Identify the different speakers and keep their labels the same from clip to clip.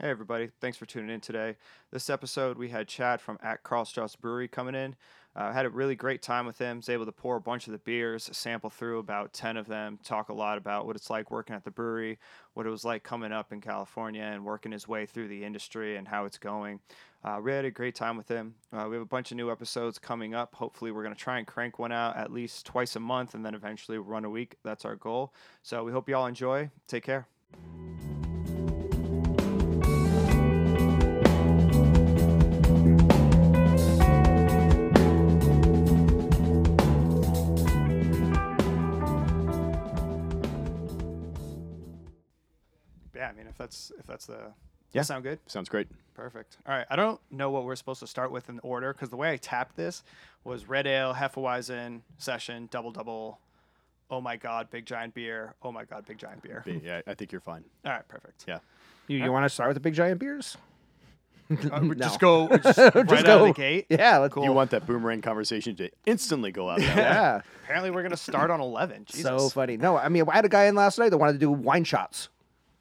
Speaker 1: Hey everybody, thanks for tuning in today. This episode we had Chad from at Carl Strauss Brewery coming in. Uh, had a really great time with him. Was able to pour a bunch of the beers, sample through about ten of them, talk a lot about what it's like working at the brewery, what it was like coming up in California and working his way through the industry and how it's going. Uh, we had a great time with him. Uh, we have a bunch of new episodes coming up. Hopefully, we're going to try and crank one out at least twice a month and then eventually run a week. That's our goal. So, we hope you all enjoy. Take care. Yeah, I mean, if that's if that's the does that
Speaker 2: Yeah.
Speaker 1: sound good.
Speaker 2: Sounds great.
Speaker 1: Perfect. All right. I don't know what we're supposed to start with in order because the way I tapped this was red ale, Hefeweizen, session, double double. Oh my God, big giant beer. Oh my God, big giant beer.
Speaker 3: Hmm.
Speaker 2: But yeah, I think you're fine.
Speaker 1: All right, perfect.
Speaker 2: Yeah.
Speaker 3: You, you want to start with the big giant beers?
Speaker 1: Uh, we Just go
Speaker 3: No.
Speaker 1: we just right out of the
Speaker 3: go.
Speaker 1: gate.
Speaker 3: Yeah, let's
Speaker 2: You want that boomerang conversation to instantly go out. that way.
Speaker 3: Yeah,
Speaker 1: Apparently, we're gonna start on eleven. Jesus.
Speaker 3: so funny. No, I mean, I had a guy in last night that wanted to do wine shots.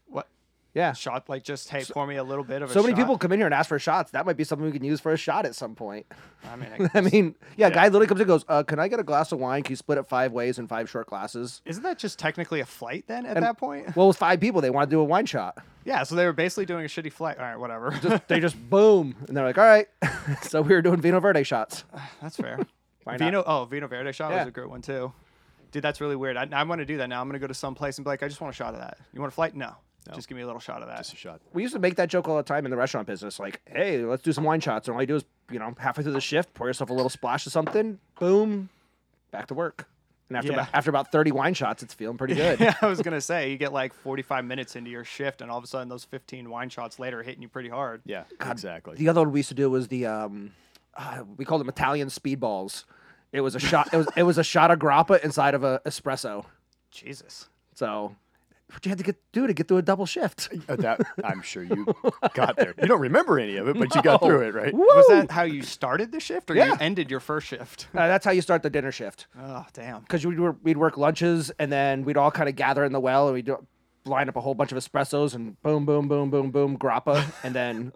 Speaker 1: what
Speaker 3: Yeah,
Speaker 1: shot? Like just hey, pour me a little bit of. a
Speaker 3: so many
Speaker 1: shot.
Speaker 3: people come in here and ask for shots. That might be something we can use for a shot at some point.
Speaker 1: I mean, I,
Speaker 3: I mean, yeah, guy literally comes in and goes, uh, "Can I get a glass of wine? Can you split it five ways in five short glasses?"
Speaker 1: isn't that just technically a flight then? At
Speaker 3: And-
Speaker 1: that point.
Speaker 3: Well, it was five people. They want to do a wine shot.
Speaker 1: Yeah. So they were basically doing a shitty flight. All right, whatever.
Speaker 3: They just boom, and they're like, "All right." so we were doing Vino Verde shots.
Speaker 1: That's fair.
Speaker 3: Why not?
Speaker 1: Vino, oh, Vino Verde shot was
Speaker 3: Yeah.
Speaker 1: a great one too. Dude, that's really weird. I, I'm going to do that now. I'm going to go to some place and be like, I just want a shot of that. You want a flight? No. Just give me a little shot of that.
Speaker 2: Just a shot.
Speaker 3: We used to make that joke all the time in the restaurant business. Like, hey, let's do some wine shots. And all you do is, you know, halfway through the shift, pour yourself a little splash of something. Boom, back to work. And after
Speaker 1: Yeah.
Speaker 3: about, after about thirty wine shots, it's feeling pretty good.
Speaker 1: yeah, I was going to say, you get like 45 minutes into your shift, and all of a sudden, those 15 wine shots later are hitting you pretty hard.
Speaker 2: Yeah, exactly.
Speaker 3: The other one we used to do was the um, uh, we called them Italian speedballs. It was a shot. It was it was a shot of grappa inside of a espresso.
Speaker 1: Jesus.
Speaker 3: So, what you had to get do to get through a double shift.
Speaker 2: Uh, that I'm sure you got there. You don't remember any of it, but you got through it, right?
Speaker 1: Was that how you started the shift or you
Speaker 3: Yeah.
Speaker 1: ended your first shift?
Speaker 3: Uh, that's how you start the dinner shift.
Speaker 1: Oh, damn.
Speaker 3: because we'd, wor- we'd work lunches and then we'd all kind of gather in the well and we'd do, line up a whole bunch of espressos and boom, boom, boom, boom, boom, grappa, and then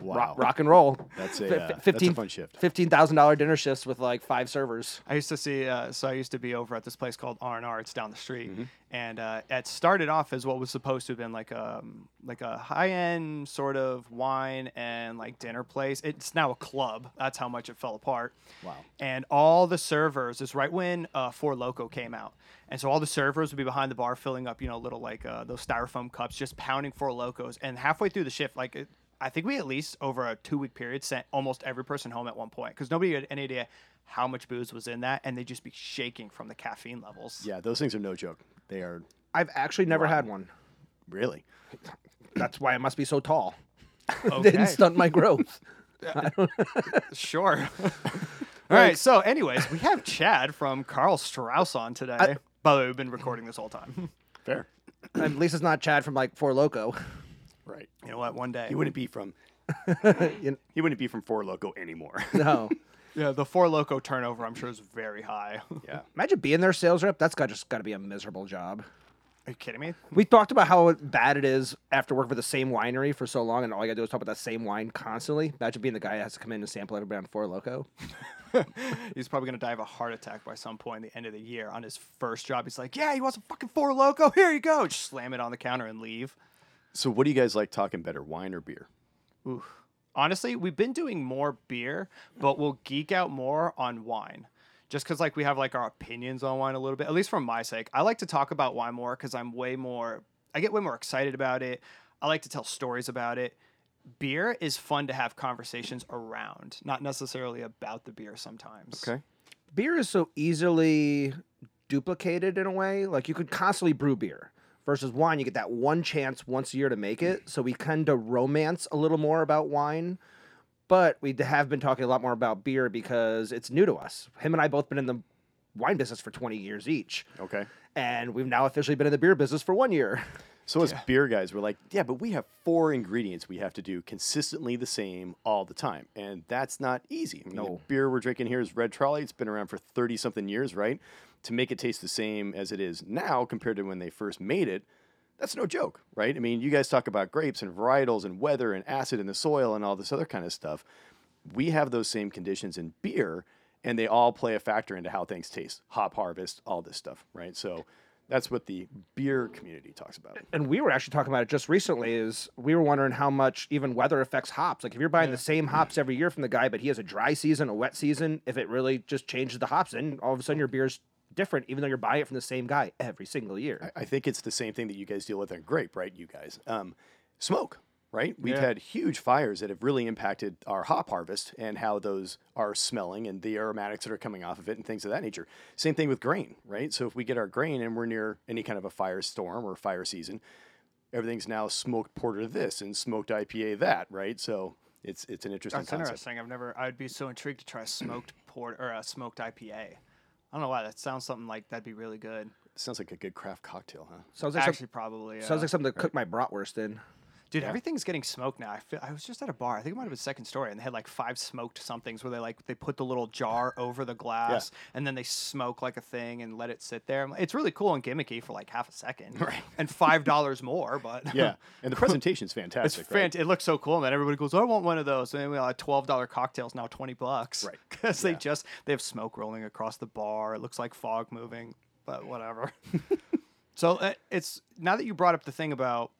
Speaker 2: Wow.
Speaker 3: ro- rock and roll.
Speaker 2: That's a,
Speaker 3: Fi-
Speaker 2: uh, that's a fun shift.
Speaker 3: $15,000 dinner shifts with like five servers.
Speaker 1: I used to see. Uh, so I used to be over at this place called R and R. It's down the street, and uh, it started off as what was supposed to have been like a like a high end sort of wine and like dinner place. It's now a club. That's how much it fell apart.
Speaker 2: Wow.
Speaker 1: And all the servers is right when uh, Four Loco came out, and so all the servers would be behind the bar filling up, you know, little like uh, those styrofoam cups, just pounding Four Locos. And halfway through the shift, like. It, I think we at least over a two week period sent almost every person home at one point because nobody had any idea how much booze was in that, and they'd just be shaking from the caffeine levels.
Speaker 2: Yeah, those things are no joke. They are
Speaker 3: I've actually never had one.
Speaker 2: really.
Speaker 3: That's why I must be so tall.
Speaker 1: Okay.
Speaker 3: Didn't stunt my growth.
Speaker 1: sure. All right. So, anyways, we have Chad from Carl Strauss on today. By the way, we've been recording this whole time.
Speaker 2: Fair.
Speaker 3: At least it's not Chad from like Four Loco.
Speaker 2: Right.
Speaker 1: You know what? One day.
Speaker 2: He wouldn't be from
Speaker 3: You
Speaker 2: he wouldn't be from Four Loco anymore.
Speaker 3: know,
Speaker 1: Yeah, the four loco turnover, I'm sure, is very high. Are
Speaker 2: yeah.
Speaker 3: imagine being their sales rep. That's got just got to be a miserable job.
Speaker 1: you kidding me?
Speaker 3: We talked about how bad it is after working for the same winery for so long, and all I gotta do is talk about that same wine constantly. Imagine being the guy that has to come in and sample everybody on Four Loco.
Speaker 1: He's probably gonna die of a heart attack by some point at the end of the year on his first job. He's like, "Yeah, you want some fucking four loco? Here you go." Just slam it on the counter and leave.
Speaker 2: So what do you guys like talking better, wine or beer?
Speaker 1: honestly, we've been doing more beer, but we'll geek out more on wine. Just because, like, we have like our opinions on wine a little bit. At least for my sake, I like to talk about wine more because I'm way more. I get way more excited about it. I like to tell stories about it. Beer is fun to have conversations around, not necessarily about the beer. Sometimes.
Speaker 3: Beer is so easily duplicated in a way. Like you could constantly brew beer versus wine. You get that one chance once a year to make it. So we kind of romance a little more about wine, but we d- have been talking a lot more about beer because it's new to us. Him and I both been in the wine business for 20 years each,
Speaker 2: Okay.
Speaker 3: and we've now officially been in the beer business for one year.
Speaker 2: So as beer guys, we're like, yeah, but we have four ingredients we have to do consistently the same all the time, and that's not easy. I mean, The
Speaker 3: No.
Speaker 2: beer we're drinking here is Red Trolley. It's been around for thirty something years, right? To make it taste the same as it is now compared to when they first made it, That's no joke, right? I mean, you guys talk about grapes and varietals and weather and acid in the soil and all this other kind of stuff. We have those same conditions in beer, and they all play a factor into how things taste, hop harvest, all this stuff, right? So that's what the beer community talks about.
Speaker 3: and we were actually talking about it just recently is we were wondering how much even weather affects hops like if you're buying the same hops every year from the guy but he has a dry season a wet season if it really just changes the hops and all of a sudden your beer's different even though you're buying it from the same guy every single year
Speaker 2: I think it's the same thing that you guys deal with on grape, right? You guys, um, smoke, right? We've
Speaker 4: Yeah.
Speaker 2: had huge fires that have really impacted our hop harvest and how those are smelling and the aromatics that are coming off of it and things of that nature. Same thing with grain, right? So if we get our grain and we're near any kind of a fire storm or fire season, everything's now smoked porter this and smoked IPA that, right? So it's it's an interesting
Speaker 1: That's
Speaker 2: concept.
Speaker 1: interesting. I've never. I'd be so intrigued to try smoked port or a smoked IPA. I don't know why that sounds something like that'd be really good.
Speaker 2: Sounds like a good craft cocktail, huh?
Speaker 3: sounds like, some-
Speaker 1: Actually, probably. Yeah.
Speaker 3: sounds like something to cook my bratwurst in
Speaker 1: Dude, everything's getting smoked now. I feel, I was just at a bar. I think it might have been second story, and they had like five smoked somethings where they like they put the little jar over the glass and then they smoke like a thing and let it sit there. I'm like- It's really cool and gimmicky for like half a second, right? And five dollars more, but
Speaker 2: Yeah, and the presentation's
Speaker 1: It's
Speaker 2: fantastic. right?
Speaker 1: fant- It looks so cool, and then everybody goes, "I want one of those." And then we all have twelve dollar cocktails now, twenty bucks,
Speaker 2: Right.
Speaker 1: Because they just they have smoke rolling across the bar. It looks like fog moving, but whatever. so uh, it's now that you brought up the thing about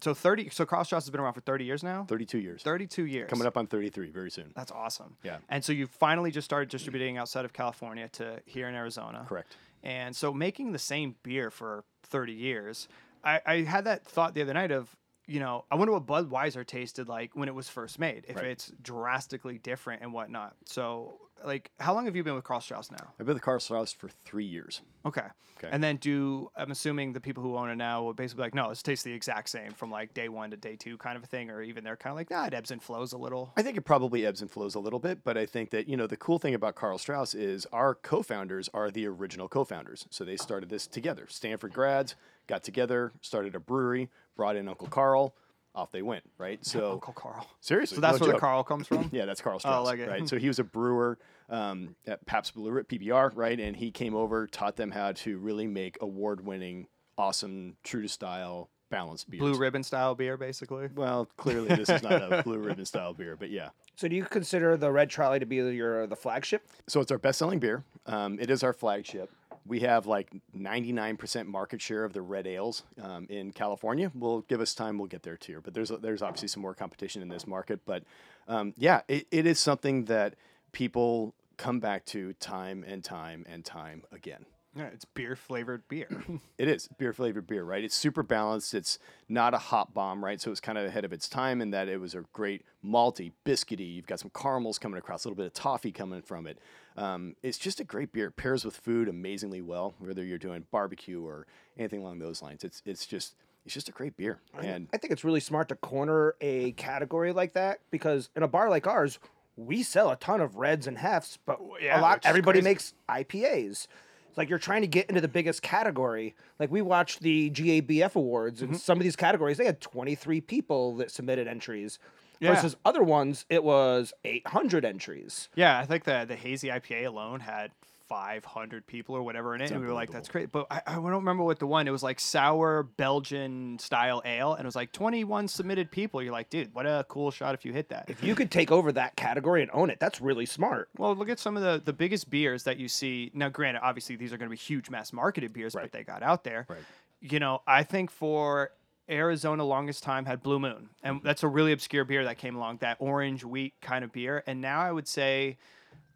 Speaker 1: so thirty. So Cross Crossjaws has been around for thirty years now.
Speaker 2: Thirty-two years,
Speaker 1: Thirty-two years Uh,
Speaker 2: coming up on thirty-three very soon.
Speaker 1: That's awesome.
Speaker 2: Yeah.
Speaker 1: And so you finally just started distributing outside of California to here in Arizona.
Speaker 2: Correct.
Speaker 1: And so making the same beer for 30 years, I, I had that thought the other night of, you know, I wonder what Budweiser tasted like when it was first made, if
Speaker 2: Right.
Speaker 1: it's drastically different and whatnot. So, like, how long have you been with Cross Strauss now?
Speaker 2: I've been with Carl Strauss for three years.
Speaker 1: Okay.
Speaker 2: Okay.
Speaker 1: And then do, I'm assuming the people who own it now will basically be like, no, it tastes the exact same from like day one to day two kind of a thing, or even they're kind of like, nah, it ebbs and flows a little.
Speaker 2: I think it probably ebbs and flows a little bit, but I think that, you know, the cool thing about Carl Strauss is our co founders are the original co founders. So they started this together. Stanford grads got together, started a brewery, brought in Uncle Carl, off they went, right? So,
Speaker 1: Uncle Carl.
Speaker 2: seriously.
Speaker 1: So that's
Speaker 2: no
Speaker 1: where the
Speaker 2: joke.
Speaker 1: Carl comes from?
Speaker 2: Yeah, that's Carl Strauss.
Speaker 1: like it.
Speaker 2: Right. So he was a brewer um, at Pabst Blue Ri- PBR, right? And he came over, taught them how to really make award winning, awesome, true to style, balanced beers.
Speaker 1: blue ribbon style beer, basically.
Speaker 2: well, clearly this is not a blue ribbon style beer, but yeah.
Speaker 3: so do you consider the red trolley to be your the flagship
Speaker 2: So it's our best-selling beer. Um, it is our flagship. We have like 99% market share of the red ales um, in California. We'll give us time. We'll get there too. But there's there's obviously some more competition in this market. But um, yeah, it, it is something that people come back to time and time and time again.
Speaker 1: Yeah, it's beer flavored beer.
Speaker 2: It is beer flavored beer, right? It's super balanced. It's not a hop bomb, right? So it's kind of ahead of its time in that it was a great malty, biscuity. You've got some caramels coming across, a little bit of toffee coming from it. Um, it's just a great beer. It pairs with food amazingly well, whether you're doing barbecue or anything along those lines. It's it's just it's just a great beer. And
Speaker 3: I think it's really smart to corner a category like that because in a bar like ours, we sell a ton of reds and hefts, but
Speaker 1: yeah,
Speaker 3: a
Speaker 1: which
Speaker 3: lot
Speaker 1: is
Speaker 3: everybody
Speaker 1: crazy.
Speaker 3: makes IPAs. It's like you're trying to get into the biggest category. Like we watched the GABF awards and some of these categories, they had 23 people that submitted entries.
Speaker 1: Yeah.
Speaker 3: Versus other ones, it was 800 entries.
Speaker 1: yeah, I think the the hazy IPA alone had 500 people or whatever in it, and we were like, "That's great." But I, I don't remember what the one. It was like sour Belgian style ale, and it was like 21 submitted people. You're like, "Dude, what a cool shot if you hit that."
Speaker 3: If you could take over that category and own it, that's really smart.
Speaker 1: Well, look at some of the, the biggest beers that you see. Now, granted, obviously these are going to be huge mass marketed beers, but they got out there. Right. You know, I think for Arizona, longest time had Blue Moon, and that's a really obscure beer that came along, that orange wheat kind of beer. And now I would say,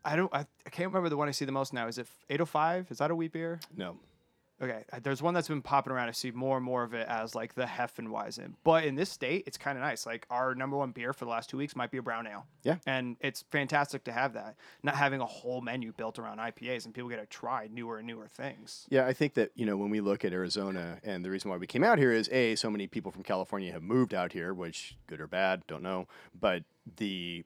Speaker 1: I don't, I, I can't remember the one I see the most now. Is it 805? Is that a wheat beer?
Speaker 2: no,
Speaker 1: Okay, uh, there's one that's been popping around. I see more and more of it as like the Heffenweizen. But in this state, it's kind of nice. Like our number one beer for the last two weeks might be a brown ale.
Speaker 2: Yeah.
Speaker 1: And it's fantastic to have that. Not having a whole menu built around IPAs and people get to try newer and newer things.
Speaker 2: Yeah, I think that you know when we look at Arizona, and the reason why we came out here is a so many people from California have moved out here, which good or bad, don't know. But the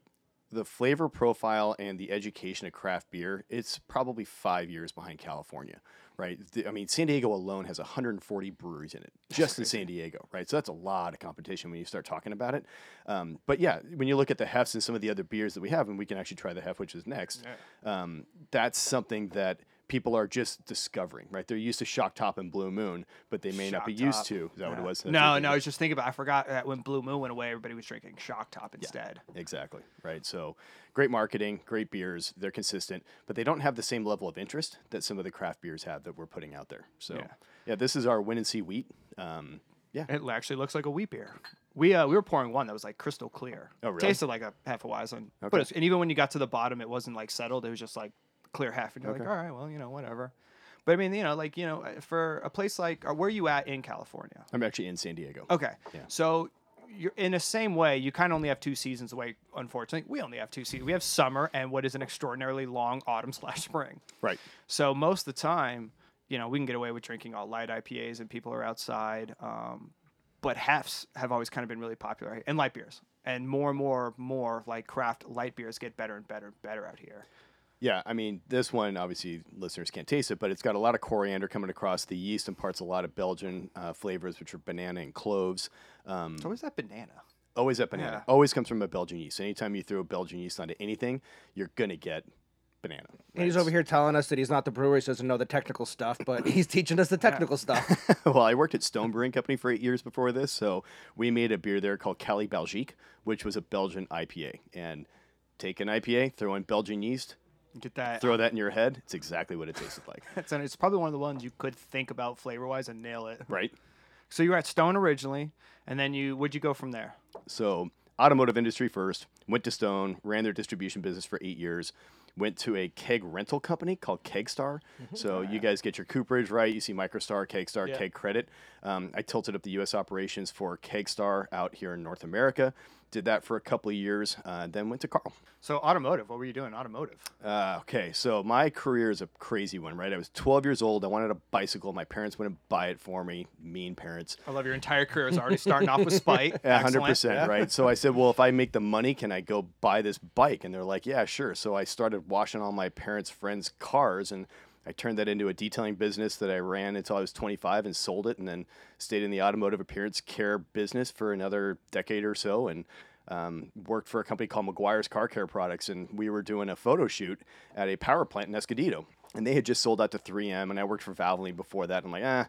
Speaker 2: the flavor profile and the education of craft beer, it's probably five years behind California, right? The- I mean, San Diego alone has 140 breweries in it, just in San Diego, right? So that's a lot of competition when you start talking about it. Um, but yeah, when you look at the hefts and some of the other beers that we have, and we can actually try the hef, which is next. Um, that's something that people are just discovering, right? They're used to Shock Top and Blue Moon, but they may not
Speaker 1: Shock
Speaker 2: be used
Speaker 1: Top.
Speaker 2: to. Is that what it was? That's
Speaker 1: No,
Speaker 2: what
Speaker 1: no, I
Speaker 2: they-
Speaker 1: was just thinking about. I forgot that when Blue Moon went away, everybody was drinking Shock Top instead.
Speaker 2: Exactly. Right. So great marketing, great beers. They're consistent, but they don't have the same level of interest that some of the craft beers have that we're putting out there. So yeah, this is our Win and See Wheat. Um, yeah.
Speaker 1: It actually looks like a wheat beer. We uh, we were pouring one that was like crystal clear.
Speaker 2: Oh, really?
Speaker 1: Tasted like a half a Weizen. But
Speaker 2: Okay.
Speaker 1: it's, and even when you got to the bottom, it wasn't like settled. It was just like clear half, and you're like, all right, well, you know, whatever. But I mean, you know, like you know, for a place like uh, where you at in California?
Speaker 2: I'm actually in San Diego.
Speaker 1: Okay. So you're in the same way, you kind of only have two seasons away. Unfortunately, we only have two seasons. We have summer and what is an extraordinarily long autumn slash spring.
Speaker 2: Right.
Speaker 1: So most of the time, you know, we can get away with drinking all light IPAs and people are outside. Um, but halves have always kind of been really popular and light beers. And more and more, more like craft light beers get better and better and better out here.
Speaker 2: Yeah, I mean, this one obviously listeners can't taste it, but it's got a lot of coriander coming across the yeast imparts a lot of Belgian uh, flavors, which are banana and cloves. Um,
Speaker 1: It's always that banana.
Speaker 2: always that banana always comes from a Belgian yeast. Anytime you throw Belgian yeast onto anything, you're gonna get banana.
Speaker 3: And he's over here telling us that he's not the brewer, he doesn't know the technical stuff, but he's teaching us the technical stuff.
Speaker 2: well, I worked at Stone Brewing Company for eight years before this, so we made a beer there called Cali Belgique, which was a Belgian IPA. And take an IPA, throw in Belgian yeast,
Speaker 1: You Get that.
Speaker 2: throw that in your head. It's exactly what it tasted like,
Speaker 1: That's, and it's probably one of the ones you could think about flavor wise and nail it.
Speaker 2: right?
Speaker 1: So you were at Stone originally, and then you where'd you go from there?
Speaker 2: So, automotive industry first, went to Stone, ran their distribution business for eight years, went to a keg rental company called Kegstar. So, you guys get your Cooperage right. You see Microstar, Kegstar, Keg Credit. Um, I tilted up the U.S. operations for Kegstar out here in North America. Did that for a couple of years, uh, then went to Carl.
Speaker 1: So automotive. What were you doing? in Automotive.
Speaker 2: Uh, okay, so my career is a crazy one, right? I was 12 years old. I wanted a bicycle. My parents wouldn't buy it for me. Mean parents.
Speaker 1: I love your entire career is already starting off with spite.
Speaker 2: Yeah, hundred
Speaker 1: Excellent.
Speaker 2: percent, right? So I said, "Well, if I make the money, can I go buy this bike?" And they're like, "Yeah, sure." So I started washing all my parents' friends' cars, and I turned that into a detailing business that I ran until I was 25 and sold it, and then stayed in the automotive appearance care business for another decade or so, and um, worked for a company called McGuire's Car Care Products, and we were doing a photo shoot at a power plant in Escondido, and they had just sold out to 3M, and I worked for Valvoline before that. And I'm like, ah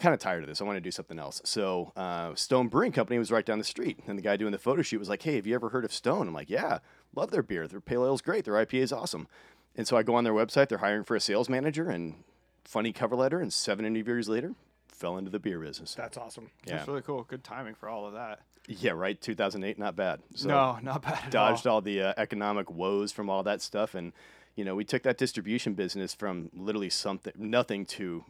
Speaker 2: kind of tired of this. I want to do something else. So uh, Stone Brewing Company was right down the street, and the guy doing the photo shoot was like, "Hey, have you ever heard of Stone?" I'm like, "Yeah, love their beer. Their pale ale's great. Their IPA is awesome." And so I go on their website. They're hiring for a sales manager, and funny cover letter. And seven interviews later, fell into the beer business.
Speaker 3: That's awesome.
Speaker 1: That's really cool. Good timing for all of that.
Speaker 2: yeah, right. 2008, not bad. So
Speaker 1: no, not bad. At
Speaker 2: dodged
Speaker 1: all.
Speaker 2: all the uh, economic woes from all that stuff and you know we took that distribution business from literally something nothing to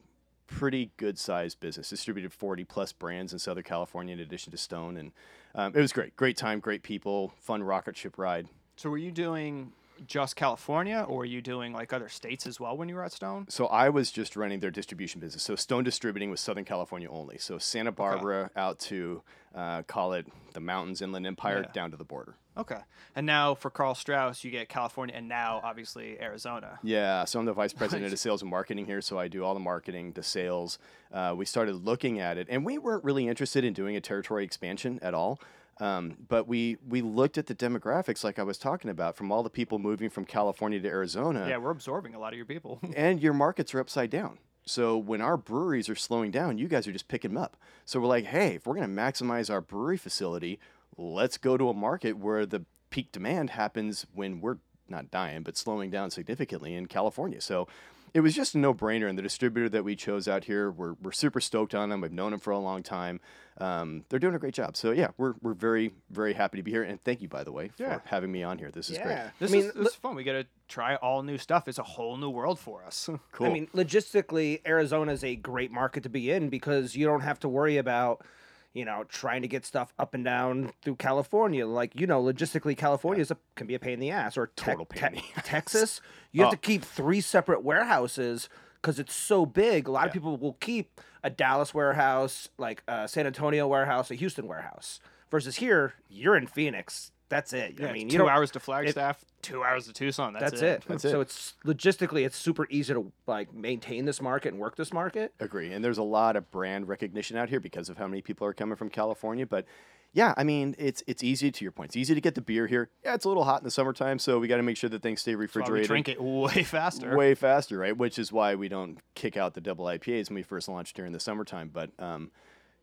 Speaker 2: pretty good sized business distributed 40 plus brands in southern california in addition to stone and um, it was great great time great people fun rocket ship ride
Speaker 1: So were you doing just California, or were you doing like other states as well when you were at Stone?
Speaker 2: so I was just running their distribution business. So Stone Distributing was Southern California only. So Santa Barbara out to uh, call it the mountains, Inland Empire, down to the border.
Speaker 1: Okay. And now for Carl Strauss, you get California, and now obviously Arizona.
Speaker 2: Yeah, so I'm the vice president of sales and marketing here, so I do all the marketing, the sales. Uh, we started looking at it, and we weren't really interested in doing a territory expansion at all. Um, but we we looked at the demographics, like I was talking about, from all the people moving from California to Arizona,
Speaker 1: Yeah, we're absorbing a lot of your people.
Speaker 2: and your markets are upside down. So when our breweries are slowing down, you guys are just picking them up. So we're like, hey, if we're going to maximize our brewery facility, let's go to a market where the peak demand happens when we're not dying, but slowing down significantly in California. So it was just a no-brainer, and the distributor that we chose out here, we're, we're super stoked on them. I've known them for a long time. Um, they're doing a great job. So yeah, we're, we're very very happy to be here, and thank you by the way for having me on here. This is great.
Speaker 3: Yeah.
Speaker 1: This
Speaker 3: I mean,
Speaker 1: is this is fun. We get to try all new stuff. It's a whole new world for us.
Speaker 2: Cool.
Speaker 3: I mean, logistically, Arizona is a great market to be in because you don't have to worry about, you know, trying to get stuff up and down through California. Like, you know, logistically, California is a, can be a pain in the ass. Or Tex-
Speaker 2: Total pain in
Speaker 3: Te- Texas, you have
Speaker 2: Oh.
Speaker 3: to keep three separate warehouses because it's so big. A lot of people will keep a Dallas warehouse, like a San Antonio warehouse, a Houston warehouse. Versus here, you're in Phoenix. That's it. I
Speaker 1: Yeah,
Speaker 3: mean,
Speaker 1: it's
Speaker 3: you
Speaker 1: two
Speaker 3: don't-
Speaker 1: hours to Flagstaff, two hours to Tucson. That's,
Speaker 3: That's it. so it's logistically, it's super easy to like maintain this market and work this market.
Speaker 2: Agree. And there's a lot of brand recognition out here because of how many people are coming from California. But yeah, I mean, it's it's easy to your point. It's easy to get the beer here. Yeah, it's a little hot in the summertime, so we got to make sure that things stay
Speaker 1: That's why we
Speaker 2: refrigerated.
Speaker 1: drink it way faster.
Speaker 2: Way faster, right? Which is why we don't kick out the double IPAs when we first launched during the summertime. But um,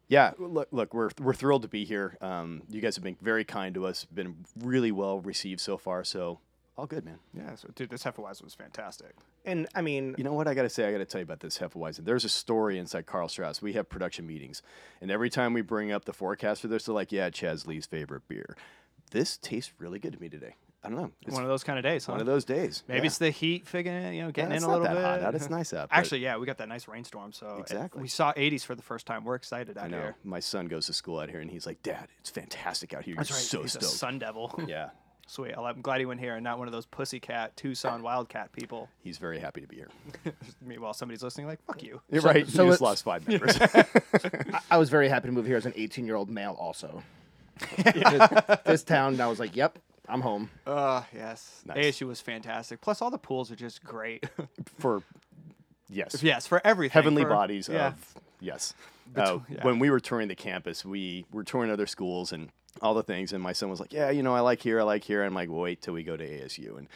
Speaker 2: yeah, look, look, we're we're thrilled to be here. Um, you guys have been very kind to us. Been really well received so far. So all good, man.
Speaker 1: Yeah, so dude, this Hefeweizen was fantastic.
Speaker 3: And I mean,
Speaker 2: You know what I got to say? I got to tell you about this Hefeweizen. There's a story inside Carl Strauss. We have production meetings, and every time we bring up the forecast for this, they're like, "Yeah, Chaz Lee's favorite beer. This tastes really good to me today. I don't know. It's
Speaker 1: One of those kind of days, huh?
Speaker 2: one of those days.
Speaker 1: Maybe
Speaker 2: Yeah.
Speaker 1: it's the heat figuring it, you know, getting
Speaker 2: Yeah,
Speaker 1: in
Speaker 2: it's
Speaker 1: a
Speaker 2: not
Speaker 1: little
Speaker 2: that
Speaker 1: bit.
Speaker 2: hot out. It's nice out. but-
Speaker 1: Actually, yeah, we got that nice rainstorm, so it-
Speaker 2: Exactly.
Speaker 1: we saw 80s for the first time. We're excited out
Speaker 2: I know.
Speaker 1: here.
Speaker 2: My son goes to school out here, and he's like, "Dad, it's fantastic out here.
Speaker 1: That's
Speaker 2: You're
Speaker 1: right.
Speaker 2: so
Speaker 1: He's a
Speaker 2: stoked."
Speaker 1: sun devil.
Speaker 2: yeah,
Speaker 1: Sweet. Well, I'm glad he went here and not one of those pussycat Tucson wildcat people.
Speaker 2: he's very happy to be here.
Speaker 1: Meanwhile, somebody's listening like, fuck you.
Speaker 2: You're right.
Speaker 3: so
Speaker 2: you just lost
Speaker 3: let's-
Speaker 2: five members.
Speaker 3: I, I was very happy to move here as an 18 year old male. Also, this, this town, I was like, "Yep, I'm home."
Speaker 1: Uh, yes.
Speaker 2: Ah, Nice.
Speaker 1: ASU was fantastic. Plus, all the pools are just great.
Speaker 2: For yes,
Speaker 1: yes, for everything.
Speaker 2: heavenly
Speaker 1: for-
Speaker 2: bodies
Speaker 1: yeah.
Speaker 2: of yes. Uh,
Speaker 1: yeah.
Speaker 2: When we were touring the campus, we were touring other schools and all the things, and my son was like, "Yeah, you know, I like here, I like here." And I'm like, "Wait till we go to ASU." And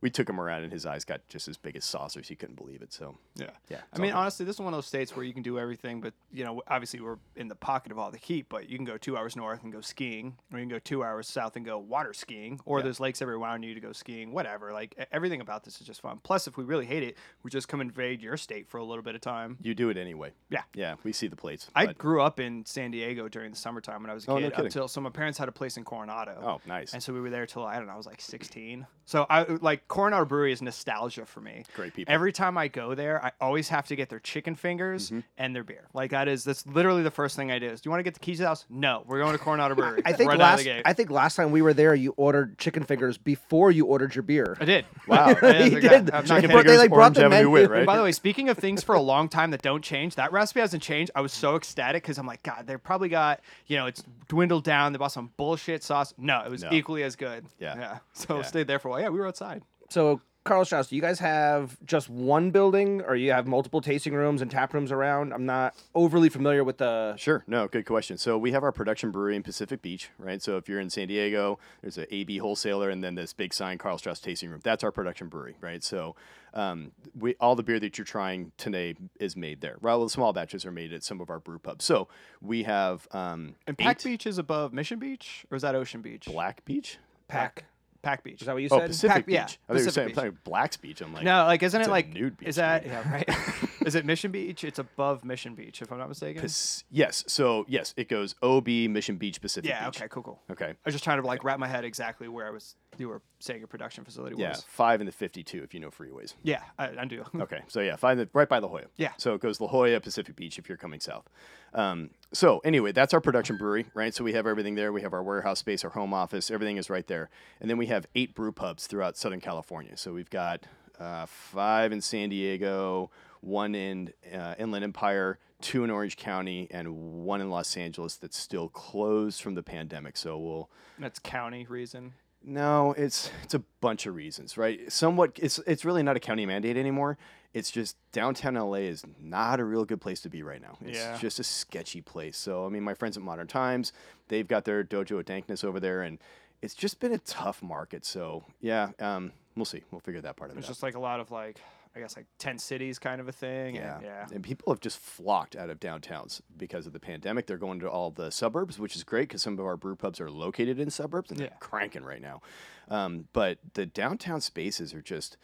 Speaker 2: we took him around, and his eyes got just as big as saucers. He couldn't believe it. So
Speaker 1: Yeah.
Speaker 2: Yeah, it's
Speaker 1: I mean, honestly, this is one of those states where you can do everything, but, you know, obviously we're in the pocket of all the heat, but you can go two hours north and go skiing, or you can go two hours south and go water skiing, or there's lakes everywhere around you to go skiing, whatever. Like, e- everything about this is just fun. Plus, if we really hate it, we just come invade your state for a little bit of time.
Speaker 2: you do it anyway.
Speaker 1: Yeah.
Speaker 2: yeah. We see the plates.
Speaker 1: I
Speaker 2: but-
Speaker 1: grew up in San Diego during the summertime when I was a
Speaker 2: Oh, no
Speaker 1: kid.
Speaker 2: kidding.
Speaker 1: until so my parents had a place in Coronado.
Speaker 2: Oh, nice.
Speaker 1: And so we were there till I don't know, I was like 16. So I like Coronado Brewery is nostalgia for me.
Speaker 2: Great people.
Speaker 1: Every time I go there, I always have to get their chicken fingers
Speaker 3: Mm-hmm.
Speaker 1: and their beer. Like that is that's literally the first thing I do. Is do you want to get the keys to the house? No, we're going to Coronado Brewery.
Speaker 3: I think
Speaker 1: right out of
Speaker 3: last
Speaker 1: the gate.
Speaker 3: I think last time we were there, you ordered chicken fingers before you ordered your beer.
Speaker 1: I did.
Speaker 2: Wow.
Speaker 1: I did.
Speaker 3: You
Speaker 1: I
Speaker 3: did.
Speaker 1: I'm not
Speaker 3: Chicken
Speaker 1: kidding.
Speaker 3: But they, like, brought
Speaker 2: Orange
Speaker 3: the
Speaker 2: Avenue
Speaker 3: menu-
Speaker 2: Wit, right?
Speaker 1: And by the way, speaking of things for a long time that don't change, that recipe hasn't changed. I was so ecstatic because I'm like, God, they probably got, you know, it's dwindled down. They bought some bullshit sauce. No, it was
Speaker 2: No.
Speaker 1: equally as good.
Speaker 2: Yeah.
Speaker 1: Yeah. So
Speaker 2: Yeah.
Speaker 1: stayed there for a while. Yeah, we were outside.
Speaker 3: So, Carl Strauss, do you guys have just one building, or you have multiple tasting rooms and tap rooms around? I'm not overly familiar with the.
Speaker 2: Sure. No, good question. So we have our production brewery in Pacific Beach, right? So if you're in San Diego, there's a AB wholesaler, and then this big sign, Carl Strauss Tasting Room. That's our production brewery, right? So um, we all the beer that you're trying today is made there. Well, the small batches are made at some of our brew pubs. So we have um,
Speaker 1: And
Speaker 2: eight-
Speaker 1: Pack Beach is above Mission Beach, or is that Ocean Beach?
Speaker 2: Black Beach.
Speaker 3: Pack.
Speaker 1: Pack Beach.
Speaker 3: Is that what you
Speaker 2: Oh,
Speaker 3: said?
Speaker 2: Pacific
Speaker 1: Pac-
Speaker 2: Beach.
Speaker 1: yeah,
Speaker 2: I thought you were
Speaker 1: Pacific
Speaker 2: saying,
Speaker 1: Beach.
Speaker 2: talking Black's Beach. I'm like,
Speaker 1: no, like, isn't
Speaker 2: it's
Speaker 1: it
Speaker 2: a
Speaker 1: like
Speaker 2: nude beach,
Speaker 1: Is that
Speaker 2: dude.
Speaker 1: yeah right? is it Mission Beach? It's above Mission Beach, if I'm not mistaken.
Speaker 2: Pac- yes. So yes, it goes OB Mission Beach Pacific
Speaker 1: yeah.
Speaker 2: Beach.
Speaker 1: Okay. Cool. Cool.
Speaker 2: Okay.
Speaker 1: I was just trying to like wrap my head exactly where I was. You were saying your production facility
Speaker 2: Yeah,
Speaker 1: was.
Speaker 2: five and the fifty-two if you know freeways.
Speaker 1: Yeah, I, I do.
Speaker 2: Okay, so yeah, find it right by La Jolla.
Speaker 1: Yeah.
Speaker 2: So it goes La Jolla, Pacific Beach if you're coming south. Um, so anyway, that's our production brewery, right? So we have everything there. We have our warehouse space, our home office, everything is right there. And then we have eight brew pubs throughout Southern California. So we've got uh, five in San Diego, one in uh, Inland Empire, two in Orange County, and one in Los Angeles that's still closed from the pandemic. So we'll
Speaker 1: That's county reason.
Speaker 2: no, it's it's a bunch of reasons, right? Somewhat, it's it's really not a county mandate anymore. It's just downtown LA is not a real good place to be right now. It's
Speaker 1: Yeah.
Speaker 2: just a sketchy place. So I mean, my friends at Modern Times, they've got their dojo at Dankness over there, and it's just been a tough market. So yeah, um, we'll see. We'll figure that part of it
Speaker 1: It's
Speaker 2: out.
Speaker 1: just like a lot of like I guess like ten cities kind of a thing.
Speaker 2: Yeah.
Speaker 1: And, yeah.
Speaker 2: And people have just flocked out of downtowns because of the pandemic. They're going to all the suburbs, which is great because some of our brew pubs are located in suburbs and
Speaker 1: Yeah.
Speaker 2: they're cranking right now. Um, but the downtown spaces are just,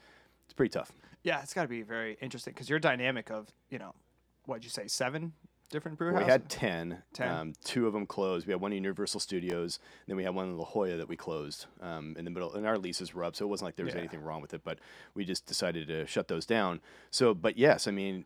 Speaker 2: it's pretty tough.
Speaker 1: Yeah, it's got to be very interesting because your dynamic of you know what'd you say seven different brew
Speaker 2: We
Speaker 1: houses.
Speaker 2: had 10,
Speaker 1: 10.
Speaker 2: Um, two of them closed. We had one in Universal Studios, and then we had one in La Jolla that we closed um, in the middle. And our leases were up, so it wasn't like there was
Speaker 1: Yeah.
Speaker 2: anything wrong with it, but we just decided to shut those down. So, but yes, I mean,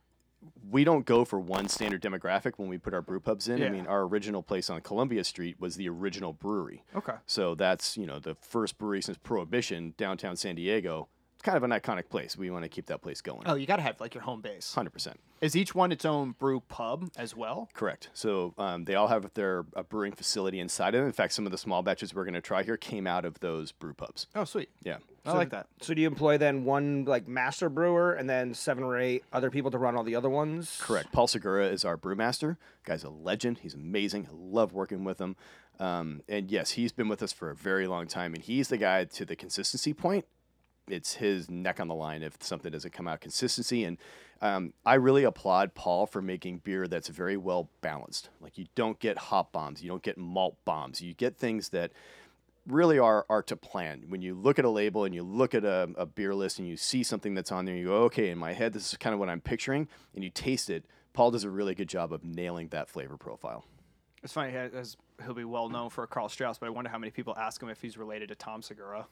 Speaker 2: we don't go for one standard demographic when we put our brew pubs in. I
Speaker 1: Yeah.
Speaker 2: mean, our original place on Columbia Street was the original brewery.
Speaker 1: okay.
Speaker 2: So that's, you know, the first brewery since Prohibition, downtown San Diego. It's kind of an iconic place. We want to keep that place going.
Speaker 1: Oh, you got to have like your home base.
Speaker 2: 100%.
Speaker 1: Is each one its own brew pub as well?
Speaker 2: Correct. So um, they all have their uh, brewing facility inside of them. In fact, some of the small batches we're going to try here came out of those brew pubs.
Speaker 1: Oh, sweet.
Speaker 2: Yeah.
Speaker 1: I like that.
Speaker 3: So do you employ then one like master brewer and then seven or eight other people to run all the other ones?
Speaker 2: Correct. Paul Segura is our brewmaster. Guy's a legend. He's amazing. I love working with him. Um, and yes, he's been with us for a very long time, and he's the guy to the consistency point. It's his neck on the line if something doesn't come out consistency. And um, I really applaud Paul for making beer that's very well balanced. Like you don't get hop bombs, you don't get malt bombs, you get things that really are are to plan. When you look at a label and you look at a, a beer list and you see something that's on there, you go, okay, in my head, this is kind of what I'm picturing, and you taste it. Paul does a really good job of nailing that flavor profile.
Speaker 1: It's funny, he has, he'll be well known for Carl Strauss, but I wonder how many people ask him if he's related to Tom Segura,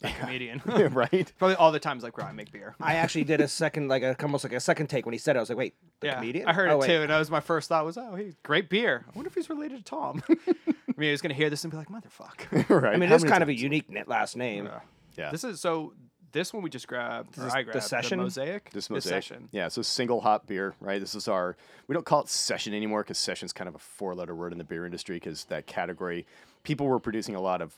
Speaker 1: the comedian.
Speaker 2: right?
Speaker 1: Probably all the times like where I make beer.
Speaker 3: I actually did a second, like a, almost like a second take when he said it. I was like, wait, the comedian?
Speaker 1: I heard
Speaker 3: Oh,
Speaker 1: it
Speaker 3: wait.
Speaker 1: too, and that was my first thought was, oh, he's great beer. I wonder if he's related to Tom. I mean, he's gonna hear this and be like, motherfucker.
Speaker 2: right.
Speaker 3: I mean,
Speaker 2: How
Speaker 3: it's
Speaker 2: many
Speaker 3: kind of a
Speaker 2: times?
Speaker 3: unique na- last name.
Speaker 2: Yeah.
Speaker 1: This is so. This one we just grabbed. Or
Speaker 3: is
Speaker 1: I
Speaker 3: the
Speaker 1: grabbed
Speaker 3: session?
Speaker 1: mosaic.
Speaker 2: This mosaic.
Speaker 1: session.
Speaker 2: Yeah, so single hop beer, right? This is our, we don't call it session anymore because session's kind of a four letter word in the beer industry because that category, people were producing a lot of,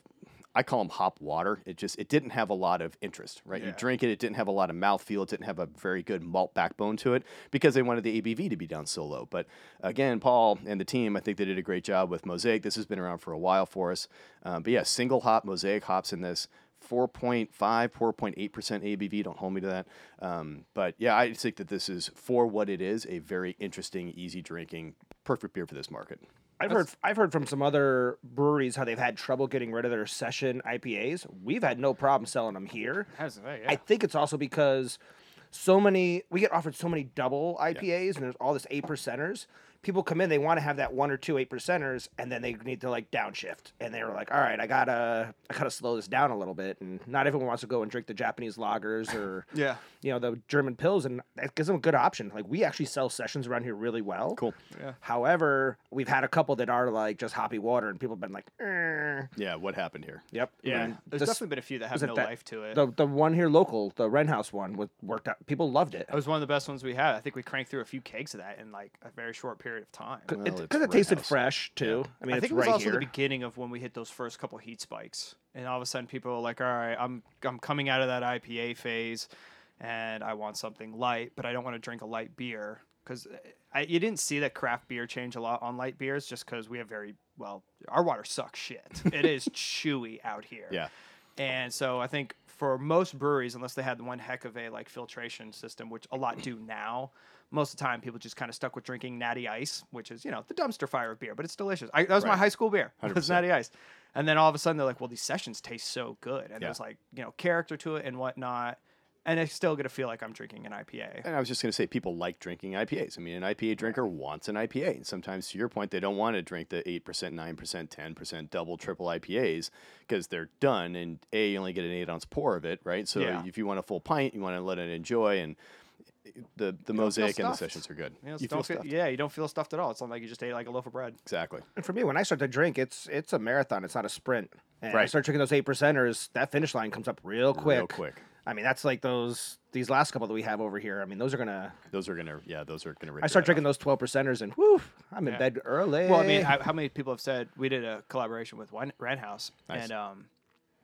Speaker 2: I call them hop water. It just, it didn't have a lot of interest, right? You drink it, it didn't have a lot of mouthfeel, it didn't have a very good malt backbone to it because they wanted the ABV to be down so low. But again, Paul and the team, I think they did a great job with Mosaic. This has been around for a while for us. Um, but yeah, single hop, Mosaic hops in this. 4.5, 4.8% ABV. Don't hold me to that. Um, but yeah, I think that this is, for what it is, a very interesting, easy drinking, perfect beer for this market.
Speaker 3: I've heard I've heard from some other breweries how they've had trouble getting rid of their session IPAs. We've had no problem selling them here.
Speaker 1: That's the thing,
Speaker 3: I think it's also because so many we get offered so many double IPAs and there's all this eight percenters. People come in, they want to have that one or two eight percenters, and then they need to like downshift. And they were like, "All right, I gotta, I gotta slow this down a little bit." And not everyone wants to go and drink the Japanese lagers or,
Speaker 1: Yeah.
Speaker 3: you know, the German pills, and that gives them a good option. Like we actually sell sessions around here really well.
Speaker 2: Cool.
Speaker 3: However, we've had a couple that are like just hoppy water, and people have been like, "Eh."
Speaker 2: Yeah, what happened here?
Speaker 3: "Yep,
Speaker 1: Yeah.
Speaker 3: And
Speaker 1: There's
Speaker 3: this-
Speaker 1: definitely been a few that have
Speaker 3: was it
Speaker 1: no
Speaker 3: that-
Speaker 1: life to it.
Speaker 3: The the one here local, the Renhouse one, was worked out. People loved it.
Speaker 1: That was one of the best ones we had. I think we cranked through a few kegs of that in like a very short period of time.
Speaker 2: Well,
Speaker 3: because
Speaker 2: it's
Speaker 3: it, tasted
Speaker 2: Red House.
Speaker 3: fresh too. I mean,
Speaker 1: I think
Speaker 3: it's
Speaker 1: it was
Speaker 3: right
Speaker 1: also
Speaker 3: here.
Speaker 1: the beginning of when we hit those first couple heat spikes, and all of a sudden people were like, "All right, I'm I'm coming out of that IPA phase, and I want something light, but I don't want to drink a light beer because you didn't see that craft beer change a lot on light beers, just because we have very well, our water sucks shit. it is chewy out here.
Speaker 2: Yeah.
Speaker 1: And so I think for most breweries, unless they had one heck of a like filtration system, which a lot do now, most of the time people just kind of stuck with drinking natty ice, which is you know the dumpster fire of beer, but it's delicious. I, that was my
Speaker 2: Right.
Speaker 1: high school beer. It was
Speaker 2: 100%.
Speaker 1: natty ice. And then all of a sudden they're like, well, these sessions taste so good, and
Speaker 2: Yeah.
Speaker 1: there's like you know character to it and whatnot, and it's still gonna feel like I'm drinking an IPA.
Speaker 2: And I was just going to say, people like drinking IPAs. I mean, an IPA drinker wants an IPA. And sometimes, to your point, they don't want to drink the 8%, 9%, 10%, double, triple IPAs because they're done. And A, you only get an eight ounce pour of it, right? So
Speaker 1: Yeah.
Speaker 2: if you want a full pint, you want to let it enjoy. And eh, the, the mosaic and the
Speaker 1: stuffed.
Speaker 2: sessions are good.
Speaker 1: You know,
Speaker 2: you feel
Speaker 1: don't feel- e
Speaker 2: stuffed.
Speaker 1: yeah, you don't feel stuffed at all. It's not like you just ate like a loaf of bread.
Speaker 2: Exactly.
Speaker 3: And for me, when I start to drink, it's it's a marathon. It's not a sprint. And I
Speaker 2: Right.
Speaker 3: start drinking those eight percenters. That finish line comes up real quick.
Speaker 2: quick.
Speaker 3: I mean, that's like those these last couple that we have over here. I mean, those are gonna.
Speaker 2: Those are gonna, yeah, those are gonna. rip
Speaker 3: I
Speaker 2: your
Speaker 3: start
Speaker 2: head
Speaker 3: drinking
Speaker 2: off.
Speaker 3: those twelve percenters, and whew, I'm in bed early.
Speaker 1: Well, I mean, how, how many people have said we did a collaboration with Wen- Ranhouse, and um,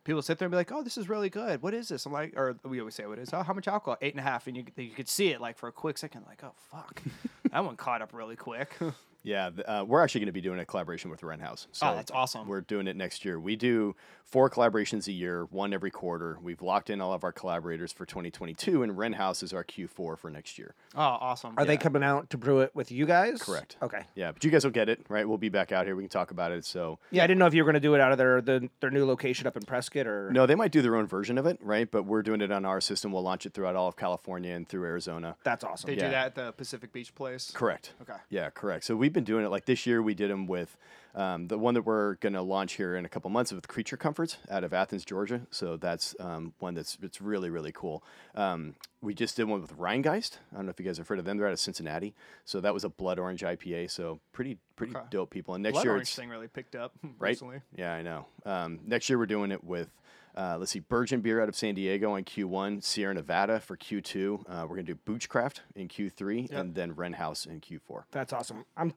Speaker 1: people sit there and be like, "Oh, this is really good. What is this?" I'm like, or we always say, "What is? Oh, how much alcohol? Eight and a half." And you you could see it like for a quick second, like, "Oh fuck, that one caught up really quick."
Speaker 2: Yeah, th- uh, we're actually going to be doing a collaboration with Renhouse. So
Speaker 1: Oh, that's awesome.
Speaker 2: We're doing it next year. We do four collaborations a year, one every quarter. We've locked in all of our collaborators for 2022, and Renhouse is our Q4 for next year.
Speaker 1: oh, awesome.
Speaker 3: are they coming out to brew it with you guys?
Speaker 2: Correct.
Speaker 3: Okay.
Speaker 2: Yeah, but you guys will get it, right? We'll be back out here. We can talk about it. So
Speaker 3: Yeah, I didn't know if you were going to do it out of their the, their new location up in Prescott or
Speaker 2: no, they might do their own version of it, right? But we're doing it on our system. We'll launch it throughout all of California and through Arizona.
Speaker 3: That's awesome.
Speaker 1: They
Speaker 2: Yeah.
Speaker 1: do that at the Pacific Beach place.
Speaker 2: Correct.
Speaker 1: Okay.
Speaker 2: Yeah, correct. So we've been doing it like this year. We did them with um, the one that we're going to launch here in a couple months with Creature Comforts out of Athens, Georgia. So that's um, one that's it's really really cool. Um, we just did one with Rheingeist. I don't know if you guys have heard of them. They're out of Cincinnati. So that was a blood orange IPA. So pretty pretty dope people. And next
Speaker 1: Blood
Speaker 2: year
Speaker 1: orange
Speaker 2: it's
Speaker 1: thing really picked up
Speaker 2: right?
Speaker 1: recently.
Speaker 2: Yeah, I know. Um, next year we're doing it with uh, let's see, Virgin Beer out of San Diego on Q1, Sierra Nevada for Q2. Uh, we're gonna do Boochcraft in Q3, and then Renhouse in Q4.
Speaker 3: That's awesome. I'm.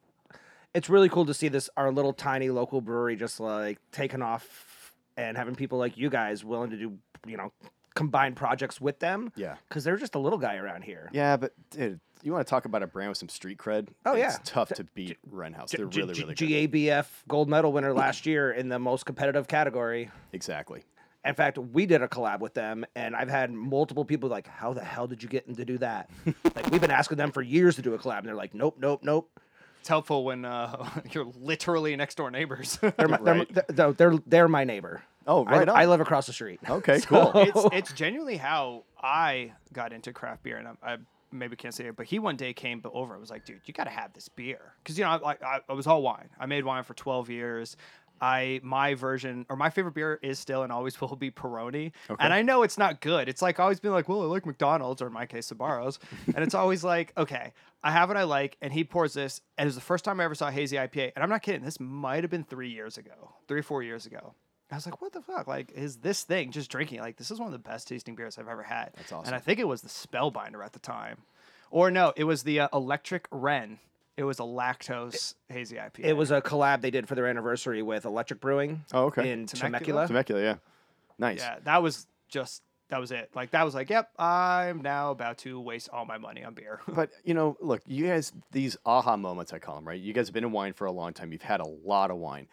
Speaker 3: It's really cool to see this our little tiny local brewery just like taking off and having people like you guys willing to do you know combined projects with them.
Speaker 2: Yeah.
Speaker 3: Because they're just a little guy around here.
Speaker 2: Yeah, but dude, you want to talk about a brand with some street cred?
Speaker 3: Oh,
Speaker 2: it's
Speaker 3: yeah.
Speaker 2: tough to beat Renhouse. They're
Speaker 3: G-
Speaker 2: really,
Speaker 3: G-
Speaker 2: really good.
Speaker 3: GABF gold medal winner last year in the most competitive category.
Speaker 2: Exactly.
Speaker 3: In fact, we did a collab with them, and I've had multiple people like, "How the hell did you get them to do that?" like we've been asking them for years to do a collab, and they're like, "Nope, nope, nope."
Speaker 1: It's helpful when uh, you're literally next door neighbors.
Speaker 3: They're my,
Speaker 2: Right.
Speaker 3: they're, they're, they're they're my neighbor.
Speaker 2: Oh,
Speaker 3: I-
Speaker 2: right on. Oh,
Speaker 3: I, live across the street.
Speaker 2: Okay, cool.
Speaker 1: it's it's genuinely how I got into craft beer, and I, I maybe can't say it, but he one day came b- over. I was like, dude, you got to have this beer because you know, I, like I, I was all wine. I made wine for twelve years. I my version or my favorite beer is still and always will be Peroni, and I know it's not good. It's like always been like, well, I like McDonald's or in my case Sabaros, and it's always like, okay, I have what I like, and he pours this, and it was the first time I ever saw hazy IPA, and I'm not kidding. This might have been three years ago, three or four years ago. I was like, what the fuck? Like, is this thing just drinking? Like, this is one of the best tasting beers I've ever had. That's
Speaker 2: awesome.
Speaker 1: And I think it was the Spellbinder at the time. Or no, it was the uh, Electric Wren. It was a lactose hazy IPA.
Speaker 3: It was a collab they did for their anniversary with Electric Brewing.
Speaker 2: Oh, okay.
Speaker 3: In
Speaker 1: Temecula?
Speaker 3: Temecula.
Speaker 2: Temecula, yeah. Nice.
Speaker 1: Yeah, that was just, that was it. Like, that was like, yep, I'm now about to waste all my money on beer.
Speaker 2: But you know, look, you guys, these aha moments, I call them, right? You guys have been in wine for a long time. You've had a lot of wine.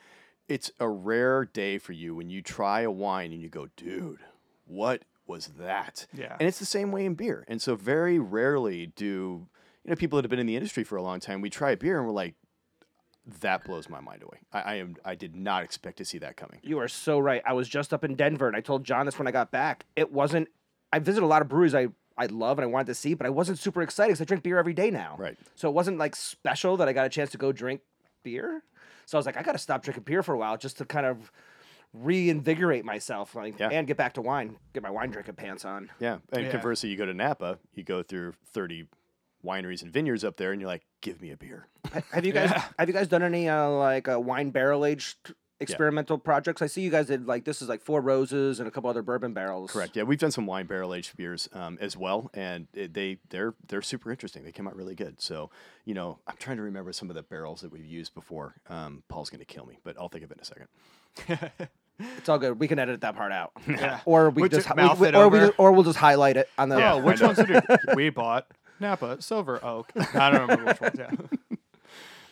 Speaker 2: It's a rare day for you when you try a wine and you go, dude, what was that?
Speaker 1: Yeah.
Speaker 2: And it's the same way in beer. And so, very rarely do, you know, people that have been in the industry for a long time, we try a beer and we're like, that blows my mind away. I, I am, I did not expect to see that coming.
Speaker 3: You are so right. I was just up in Denver, and I told John this when I got back. It wasn't. I visited a lot of breweries I I love and I wanted to see, but I wasn't super excited because I drink beer every day now.
Speaker 2: Right.
Speaker 3: So it wasn't like special that I got a chance to go drink beer. So I was like, I got to stop drinking beer for a while just to kind of reinvigorate myself, like,
Speaker 2: Yeah.
Speaker 3: and get back to wine, get my wine drinking pants on.
Speaker 2: Yeah. And
Speaker 1: Yeah.
Speaker 2: conversely, you go to Napa, you go through 30 wineries and vineyards up there, and you're like, give me a beer.
Speaker 3: Ha- Have you guys have you guys done any uh, like uh, wine barrel aged experimental projects? I see you guys did like this is like four roses and a couple other bourbon barrels.
Speaker 2: Correct. Yeah, we've done some wine barrel aged beers um, as well, and it, they they're they're super interesting. They came out really good. So you know, I'm trying to remember some of the barrels that we've used before. Um, Paul's going to kill me, but I'll think of it in a second.
Speaker 3: It's all good. We can edit that part out.
Speaker 1: Yeah.
Speaker 3: Or we
Speaker 1: We
Speaker 3: just
Speaker 1: just
Speaker 3: hi-
Speaker 1: mouth
Speaker 3: we,
Speaker 1: it
Speaker 3: or we
Speaker 1: over.
Speaker 3: just, or we'll just highlight it on the
Speaker 1: oh, which ones did we- we bought? Napa, Silver Oak. I don't remember which ones. Yeah.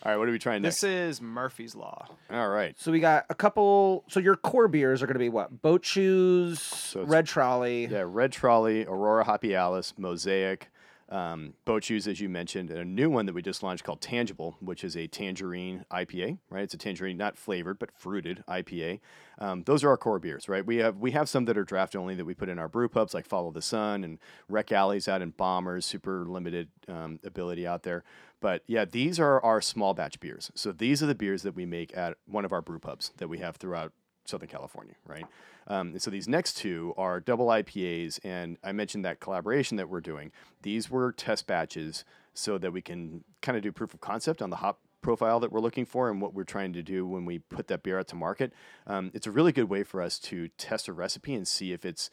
Speaker 2: All right, what are we trying next?
Speaker 1: This is Murphy's Law.
Speaker 2: All right,
Speaker 3: So we got a couple. So your core beers are going to be what? Boat Shoes,
Speaker 2: it's-
Speaker 3: Red Trolley.
Speaker 2: yeah, Red Trolley, Aurora Hoppy Alice, Mosaic, um, Boat Shoes, as you mentioned, and a new one that we just launched called Tangible, which is a tangerine IPA. Right, it's a tangerine, not flavored but fruited IPA. Um, those are our core beers, right? We have we have some that are draft only that we put in our brew pubs, like Follow the Sun and Rec Alley's out in Bombers, super limited um, ability out there. But yeah, these are our small batch beers. So these are the beers that we make at one of our brew pubs that we have throughout Southern California, right? Um, and so these next two are double IPAs, and I mentioned that collaboration that we're doing. These were test batches so that we can kind of do proof of concept on the hop profile that we're looking for and what we're trying to do when we put that beer out to market. Um, it's a really good way for us to test a recipe and see if it's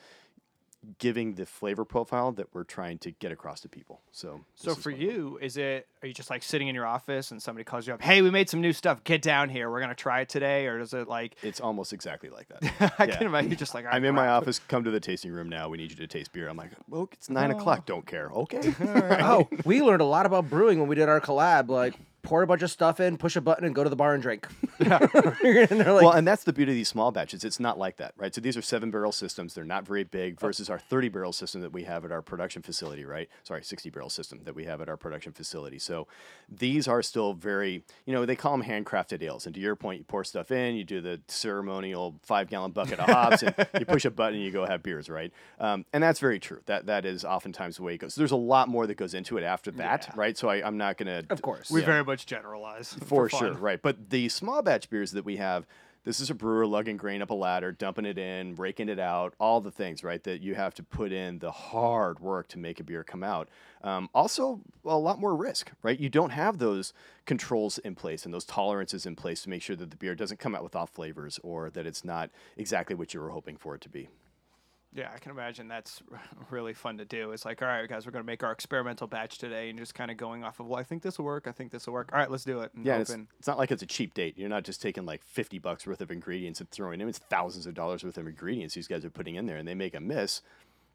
Speaker 2: giving the flavor profile that we're trying to get across to people. So,
Speaker 1: So
Speaker 2: this is
Speaker 1: for
Speaker 2: one.
Speaker 1: you, is it are you just like sitting in your office and somebody calls you up, "Hey, we made some new stuff. Get down here. We're gonna try it today." Or is it like
Speaker 2: it's almost exactly like that.
Speaker 1: I
Speaker 2: Yeah.
Speaker 1: can imagine you're just like
Speaker 2: I'm in my office. Come to the tasting room now. We need you to taste beer. I'm like, well, it's nine o'clock. Don't care. Okay.
Speaker 3: Oh, we learned a lot about brewing when we did our collab. Like pour a bunch of stuff in, push a button, and go to the bar and drink. and they're like,
Speaker 2: well, and that's the beauty of these small batches. It's not like that, right? So these are seven barrel systems. They're not very big versus our 30 barrel system that we have at our production facility, right? Sorry, 60 barrel system that we have at our production facility. So these are still very, you know, they call them handcrafted ales. And to your point, you pour stuff in, you do the ceremonial five gallon bucket of hops, and you push a button and you go have beers, right? Um, and that's very true. That That is oftentimes the way it goes. There's a lot more that goes into it after that, right? So I, I'm not going to
Speaker 3: of course.
Speaker 1: We very much generalize
Speaker 2: for,
Speaker 1: fun.
Speaker 2: sure, right? But the small batch beers that we have, this is a brewer lugging grain up a ladder, dumping it in, raking it out, all the things, right? That you have to put in the hard work to make a beer come out. Um, also, a lot more risk, right? You don't have those controls in place and those tolerances in place to make sure that the beer doesn't come out with off flavors or that it's not exactly what you were hoping for it to be.
Speaker 1: Yeah, I can imagine that's really fun to do. It's like, all right, guys, we're gonna make our experimental batch today, and just kind of going off of, well, I think this will work. I think this will work. All right, let's do it. And
Speaker 2: Yeah, and it's,
Speaker 1: hoping-
Speaker 2: it's not like it's a cheap date. You're not just taking like 50 bucks worth of ingredients and throwing them. It's thousands of dollars worth of ingredients these guys are putting in there, and they make a miss.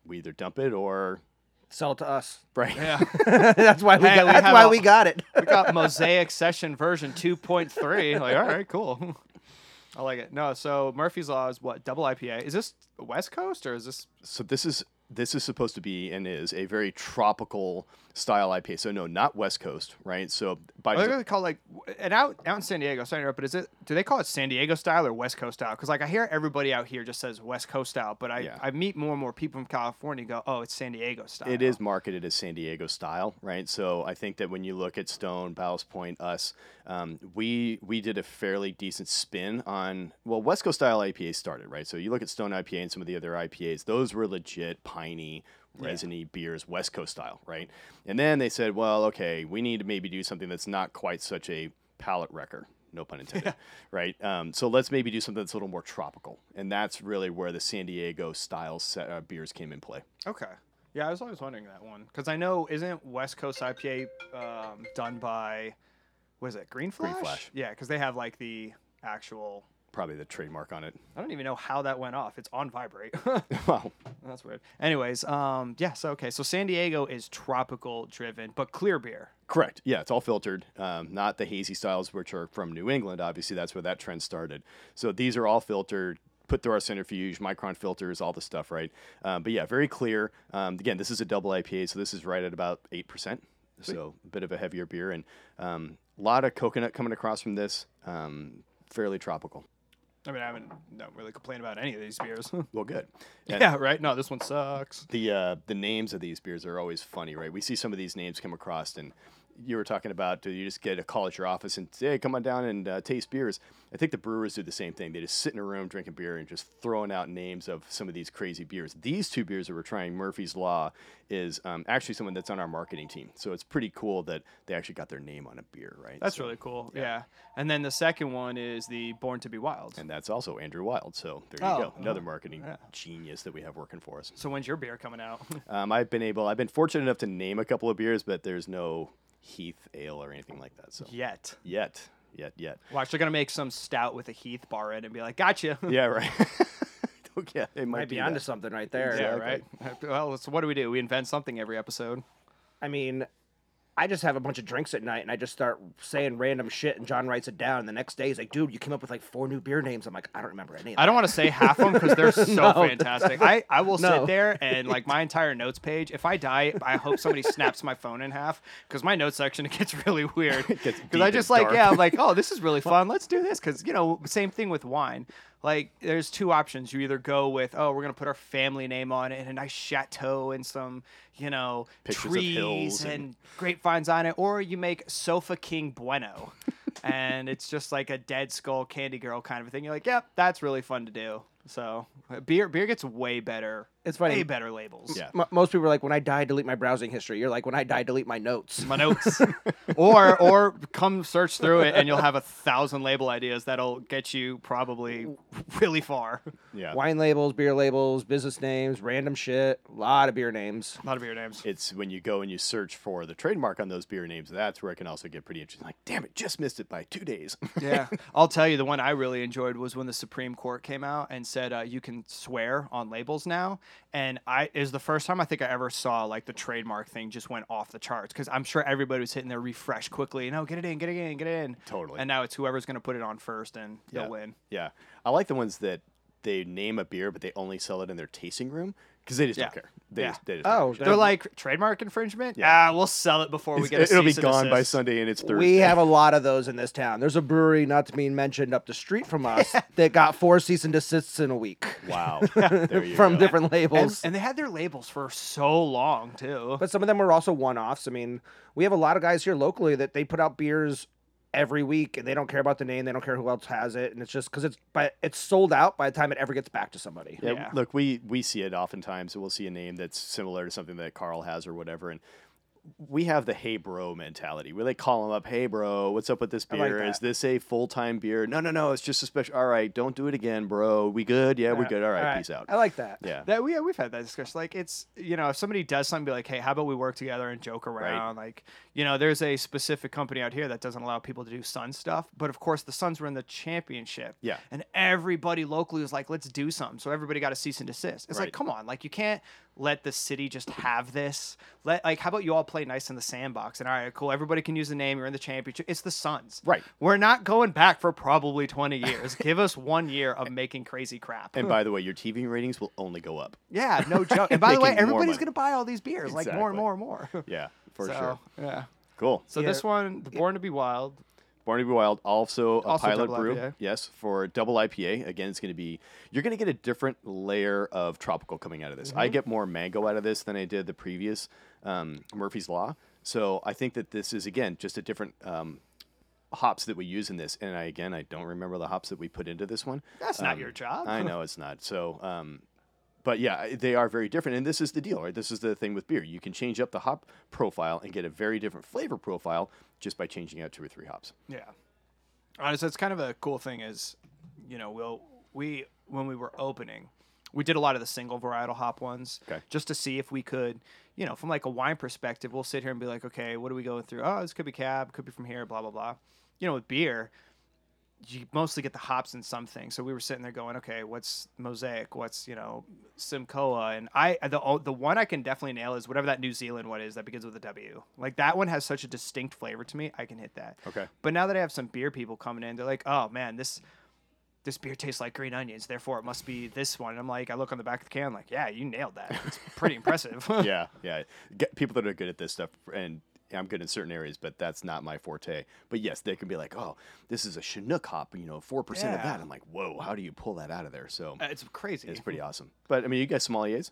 Speaker 2: we either dump it or
Speaker 3: Sell it to us.
Speaker 2: right.
Speaker 1: Yeah.
Speaker 3: that's why we
Speaker 1: Hey,
Speaker 3: got,
Speaker 1: we
Speaker 3: that's
Speaker 1: have
Speaker 3: why
Speaker 1: a-
Speaker 3: we got it.
Speaker 1: we got Mosaic Session version 2.3. Like, all right, cool. I like it. No, so Murphy's Law is what double IPA. Is this West Coast or is this?
Speaker 2: So this is this is supposed to be and is a very tropical style IPA. So no, not West Coast, right? So by
Speaker 1: I think they call it like and out out in San Diego. Sorry, to interrupt, but is it? Do they call it San Diego style or West Coast style? Because like I hear everybody out here just says West Coast style, but I
Speaker 2: Yeah.
Speaker 1: I meet more and more people from California and go, oh, it's San Diego style.
Speaker 2: It is marketed as San Diego style, right? So I think that when you look at Stone, Ballast Point, us, um, we we did a fairly decent spin on well, West Coast style IPA started, right? So you look at Stone IPA and some of the other IPAs; those were legit piney, resiny beers, West Coast style, right? And then they said, well, okay, we need to maybe do something that's not quite such a palate wrecker. No pun intended, right? Um, so let's maybe do something that's a little more tropical, and that's really where the San Diego style set, uh, beers came in play.
Speaker 1: Okay. Yeah, I was always wondering that one because I know isn't West Coast IPA um, done by what is it Green Flash?
Speaker 2: Flash.
Speaker 1: Yeah, because they have like the actual.
Speaker 2: probably the trademark on it.
Speaker 1: I don't even know how that went off. It's on vibrate.
Speaker 2: Wow.
Speaker 1: That's weird. Anyways, um, yeah. So okay, so San Diego is tropical driven, but clear beer.
Speaker 2: Correct. Yeah, it's all filtered. Um, not the hazy styles, which are from New England. Obviously, that's where that trend started. So these are all filtered, put through our centrifuge, micron filters, all the stuff, right? Um, but yeah, very clear. Um, again, this is a double IPA, so this is right at about 8%. So a bit of a heavier beer and a um, lot of coconut coming across from this. Um, fairly tropical.
Speaker 1: I mean, I haven't don't really complain about any of these beers.
Speaker 2: Well, good. And-
Speaker 1: yeah, right. No, this one sucks.
Speaker 2: the uh, the names of these beers are always funny, right? We see some of these names come across, and you were talking about do you just get a call at your office and say, hey, come on down and uh, taste beers? I think the brewers do the same thing. They just sit in a room drinking beer and just throwing out names of some of these crazy beers. These two beers that we're trying, Murphy's Law, is um, actually someone that's on our marketing team, so it's pretty cool that they actually got their name on a beer, right?
Speaker 1: That's
Speaker 2: So-
Speaker 1: really cool. Yeah. And then the second one is the Born to Be Wild.
Speaker 2: and that's also Andrew Wild. So there you
Speaker 1: Oh,
Speaker 2: go, another
Speaker 1: uh,
Speaker 2: marketing
Speaker 1: yeah.
Speaker 2: genius that we have working for us.
Speaker 1: so when's your beer coming out?
Speaker 2: Um, I've been able, I've been fortunate enough to name a couple of beers, but there's no Heath Ale or anything like that. So
Speaker 1: Yet.
Speaker 2: yet, yet, yet.
Speaker 1: We're actually gonna make some stout with a Heath bar in and be like, "Gotcha."
Speaker 2: Yeah, right. yeah, they might,
Speaker 3: Might be
Speaker 2: do
Speaker 3: onto
Speaker 2: that.
Speaker 3: something right there.
Speaker 1: Yeah, right. Well, so what do we do? We invent something every episode.
Speaker 3: I mean, I just have a bunch of drinks at night and I just start saying random shit and John writes it down. And the next day he's like, dude, you came up with like four new beer names. I'm like, I don't remember any of
Speaker 1: I
Speaker 3: them.
Speaker 1: don't want to say half of them because they're so fantastic. I, I will
Speaker 3: No.
Speaker 1: sit there and like my entire notes page. If I die, I hope somebody snaps my phone in half because my notes section it gets really weird.
Speaker 2: gets
Speaker 1: Because
Speaker 2: deep
Speaker 1: I
Speaker 2: and
Speaker 1: just like
Speaker 2: dark.
Speaker 1: yeah, I'm like oh this is really fun. Let's do this because you know same thing with wine. Like there's two options. You either go with oh we're gonna put our family name on it and a nice chateau and some you know
Speaker 2: Pictures of
Speaker 1: trees
Speaker 2: hills
Speaker 1: and,
Speaker 2: and-
Speaker 1: grapevines on it, or you make Sofa King Bueno. and it's just like a dead skull candy girl kind of a thing. You're like, yep, that's really fun to do. So uh, beer beer gets way better.
Speaker 3: It's funny.
Speaker 1: Way better labels.
Speaker 2: Yeah.
Speaker 3: M- most people are like, when I die, delete my browsing history. You're like, when I die, delete my notes.
Speaker 1: My notes. or or come search through it and you'll have a thousand label ideas that'll get you probably really far.
Speaker 2: Yeah.
Speaker 3: Wine labels, beer labels, business names, random shit, a lot of beer names.
Speaker 1: A lot of beer names.
Speaker 2: It's when you go and you search for the trademark on those beer names. That's where it can also get pretty interesting. Like, damn it, just missed it by two days.
Speaker 1: Yeah, I'll tell you the one I really enjoyed was when the Supreme Court came out and said uh, you can swear on labels now, and I is the first time I think I ever saw like the trademark thing just went off the charts because I'm sure everybody was hitting their refresh quickly. No, get it in, get it in, get it in.
Speaker 2: Totally.
Speaker 1: And now it's whoever's gonna put it on first and
Speaker 2: Yeah.
Speaker 1: they'll win.
Speaker 2: yeah, I like the ones that they name a beer, but they only sell it in their tasting room because they just don't
Speaker 1: Yeah.
Speaker 2: care. They
Speaker 1: Yeah.
Speaker 2: just, they just
Speaker 3: Oh,
Speaker 1: They're like trademark infringement.
Speaker 2: Yeah.
Speaker 1: Yeah, we'll sell it before we
Speaker 2: don't
Speaker 1: get.
Speaker 2: care.
Speaker 1: A
Speaker 2: It's- it'll be
Speaker 1: cease and
Speaker 2: gone by
Speaker 1: desist."
Speaker 2: Sunday, and it's Thursday.
Speaker 3: We have a lot of those in this town. There's a brewery, not to be mentioned, up the street from us that got four cease and desists in a week
Speaker 2: Wow. There you
Speaker 3: from
Speaker 2: go.
Speaker 3: different
Speaker 1: And,
Speaker 3: labels.
Speaker 1: and they had their labels for so long too.
Speaker 3: but some of them were also one-offs. I mean, we have a lot of guys here locally that they put out beers every week and they don't care about the name, they don't care who else has it, and it's just because it's but it's sold out by the time it ever gets back to somebody.
Speaker 2: Yeah,
Speaker 1: Yeah.
Speaker 2: look, we we see it oftentimes. We'll see a name that's similar to something that Carl has or whatever, and we have the hey bro mentality where they call them up, hey bro, what's up with this beer?
Speaker 3: that.
Speaker 2: Is this a full time beer? No, no, no, it's just a special. All right, don't do it again, bro. We good? Yeah, we
Speaker 1: Uh,
Speaker 2: good. All right,
Speaker 1: all right.
Speaker 2: peace out.
Speaker 3: I like that.
Speaker 2: yeah,
Speaker 1: That we yeah, we've had that discussion. Like it's you know if somebody does something, be like, hey, how about we work together and joke around? Like you know, there's a specific company out here that doesn't allow people to do Sun stuff, but of course the Suns were in the championship.
Speaker 2: Yeah.
Speaker 1: and everybody locally was like, let's do something. So everybody got a cease and desist. It's
Speaker 2: Right.
Speaker 1: like, come on, like you can't let the city just have this. Let like how about you all play nice in the sandbox? And all right, cool, everybody can use the name. You're in the championship. It's the Suns.
Speaker 2: Right.
Speaker 1: We're not going back for probably 20 years. Give us one year of making crazy crap.
Speaker 2: and by the way, your TV ratings will only go up.
Speaker 1: Yeah, no joke. And by the way,
Speaker 2: Making more
Speaker 1: everybody's
Speaker 2: money.
Speaker 1: gonna buy all these beers, like more and
Speaker 2: Exactly.
Speaker 1: more and more.
Speaker 2: Yeah, for
Speaker 1: so,
Speaker 2: sure.
Speaker 1: Yeah.
Speaker 2: Cool.
Speaker 1: So this one, the Born to Be Wild.
Speaker 2: Born to be Wild, also a
Speaker 1: Also
Speaker 2: pilot
Speaker 1: double
Speaker 2: brew.
Speaker 1: IPA.
Speaker 2: Yes, for double IPA. Again, it's going to be, you're going to get a different layer of tropical coming out of this.
Speaker 1: Mm-hmm.
Speaker 2: I get more mango out of this than I did the previous um, Murphy's Law. So I think that this is, again, just a different um, hops that we use in this. And I, again, I don't remember the hops that we put into this one.
Speaker 1: That's not
Speaker 2: Um,
Speaker 1: your job.
Speaker 2: I know it's not. So, um, but yeah, I- they are very different, and this is the deal, right? This is the thing with beer: you can change up the hop profile and get a very different flavor profile just by changing out two or three hops.
Speaker 1: Yeah. Honestly, it's kind of a cool thing is, you know, we'll we when we were opening, we did a lot of the single varietal hop ones.
Speaker 2: Okay.
Speaker 1: Just to see if we could, you know, from like a wine perspective, we'll sit here and be like, okay, what are we going through? Oh, this could be cab, could be from here, blah, blah, blah. You know, with beer, you mostly get the hops in some things. So we were sitting there going, okay, what's mosaic? What's you know Simcoa? And I the o- the one I can definitely nail is whatever that New Zealand one is that begins with a W. Like that one has such a distinct flavor to me. I can hit that.
Speaker 2: Okay.
Speaker 1: But now that I have some beer people coming in, they're like, oh man, this this beer tastes like green onions. Therefore, it must be this one. And I'm like, I look on the back of the can, like, yeah, you nailed that. It's pretty impressive.
Speaker 2: yeah, yeah. Get people that are good at this stuff, and I'm good in certain areas, but that's not my forte. But yes, they can be like, "Oh, this is a Chinook hop," you know, four percent of
Speaker 1: Yeah.
Speaker 2: that. I'm like, "Whoa, how do you pull that out of there?" So
Speaker 1: Uh, It's crazy.
Speaker 2: it's pretty awesome. But I mean, you guys sommeliers,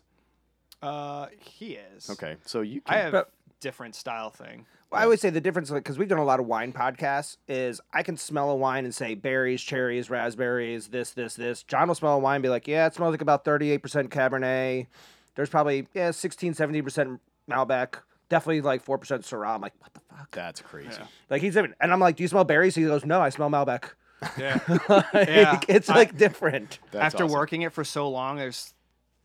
Speaker 1: Uh, he is.
Speaker 2: okay? So you
Speaker 1: I
Speaker 2: can
Speaker 1: have
Speaker 3: But-
Speaker 1: different style thing.
Speaker 3: Well, I would say the difference, like, because we've done a lot of wine podcasts, is I can smell a wine and say berries, cherries, raspberries, this, this, this. John will smell a wine and be like, yeah, it smells like about 38% Cabernet. There's probably, yeah, 16, 17% Malbec. Definitely like 4% Syrah. I'm like, what the fuck?
Speaker 2: that's crazy.
Speaker 3: Like, he's even, and I'm like, do you smell berries? He goes, no, I smell Malbec.
Speaker 1: Yeah.
Speaker 3: Like,
Speaker 1: Yeah,
Speaker 3: It's
Speaker 1: I-
Speaker 3: like different.
Speaker 2: That's
Speaker 1: after
Speaker 2: awesome.
Speaker 1: working it for so long, there's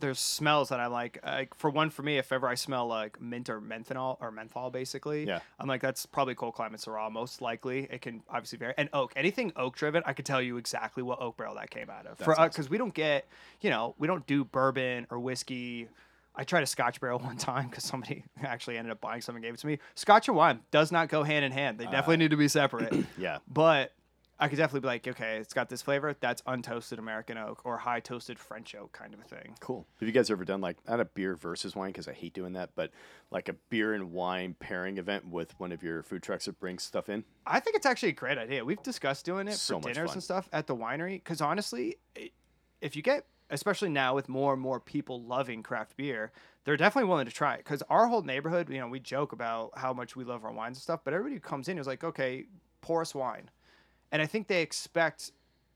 Speaker 1: there's smells that I like. Like for one, for me, if ever I smell like mint or menthol or menthol, basically,
Speaker 2: Yeah.
Speaker 1: I'm like that's probably cold climate Syrah. Most likely, it can obviously vary. And oak, anything oak driven, I could tell you exactly what oak barrel that came out of. for because we don't get, you know, we don't do bourbon or whiskey. I tried a Scotch barrel one time because somebody actually ended up buying some and gave it to me. Scotch and wine does not go hand in hand.
Speaker 2: Uh,
Speaker 1: They definitely need to be separate.
Speaker 2: Yeah.
Speaker 1: But I could definitely be like, okay, it's got this flavor. That's untoasted American oak or high toasted French oak kind of a thing.
Speaker 2: Cool. Have you guys ever done like not a beer versus wine because I hate doing that, but like a beer and wine pairing event with one of your food trucks that brings stuff in?
Speaker 1: I think it's actually a great idea. We've discussed doing it
Speaker 2: So
Speaker 1: for
Speaker 2: much
Speaker 1: dinners
Speaker 2: fun.
Speaker 1: and stuff at the winery because honestly, i if you get, especially now with more and more people loving craft beer, they're definitely willing to try it. Because our whole neighborhood, you know, we joke about how much we love our wines and stuff, but everybody who comes in is like, okay, pour us wine, and I think they expect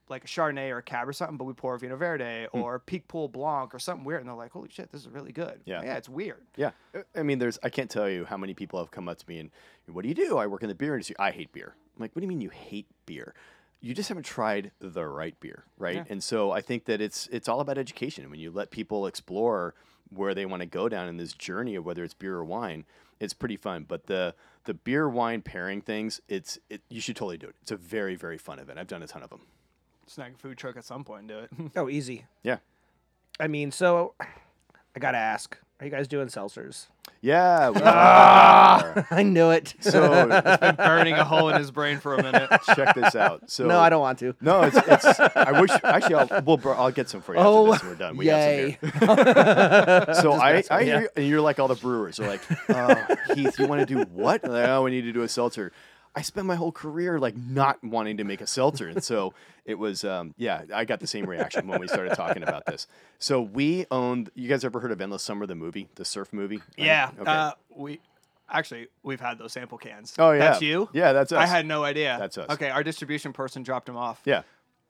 Speaker 1: like a Chardonnay or a Cab or something, but we pour a Vino Verde
Speaker 2: Hmm.
Speaker 1: or Peak Pool Blanc or something weird, and they're like, holy shit, this is really good.
Speaker 2: Yeah.
Speaker 1: yeah, it's weird.
Speaker 2: Yeah. Uh, I- I mean, there's, I can't tell you how many people have come up to me and, what do you do? I work in the beer industry. I hate beer. I'm like, what do you mean you hate beer? You just haven't tried the right beer, right? And so I think that it's it's all about education. When you let people explore where they want to go down in this journey of whether it's beer or wine, it's pretty fun. But the the beer wine pairing things, it's it, you should totally do it. It's a very very fun event. I've done a ton of them.
Speaker 1: snag a food truck at some point and do it.
Speaker 3: Oh, easy.
Speaker 2: Yeah,
Speaker 3: I mean, so I got to ask, are you guys doing seltzers?
Speaker 2: yeah. we-
Speaker 3: I knew it.
Speaker 2: so
Speaker 1: Been burning a hole in his brain for a minute.
Speaker 2: check this out. So
Speaker 3: no, I don't want to.
Speaker 2: No, it's it's. I wish. Actually, I'll, well, bro, I'll get some for you
Speaker 3: Oh,
Speaker 2: after this. and We're done. We
Speaker 3: Yay.
Speaker 2: got some beer. So I, I hear, and you're like all the brewers. They're like, oh, Heath, you want to do what? And I'm Like, oh, we need to do a seltzer. I spent my whole career like not wanting to make a seltzer, and so it was. Um, yeah, I got the same reaction when we started talking about this. So we owned. You guys ever heard of Endless Summer, the movie, the surf movie?
Speaker 1: Yeah.
Speaker 2: Okay.
Speaker 1: Uh, we actually we've had those sample cans.
Speaker 2: Oh, yeah.
Speaker 1: That's you.
Speaker 2: Yeah, that's
Speaker 1: I
Speaker 2: us.
Speaker 1: had no idea.
Speaker 2: That's us.
Speaker 1: Okay, our distribution person dropped them off.
Speaker 2: yeah.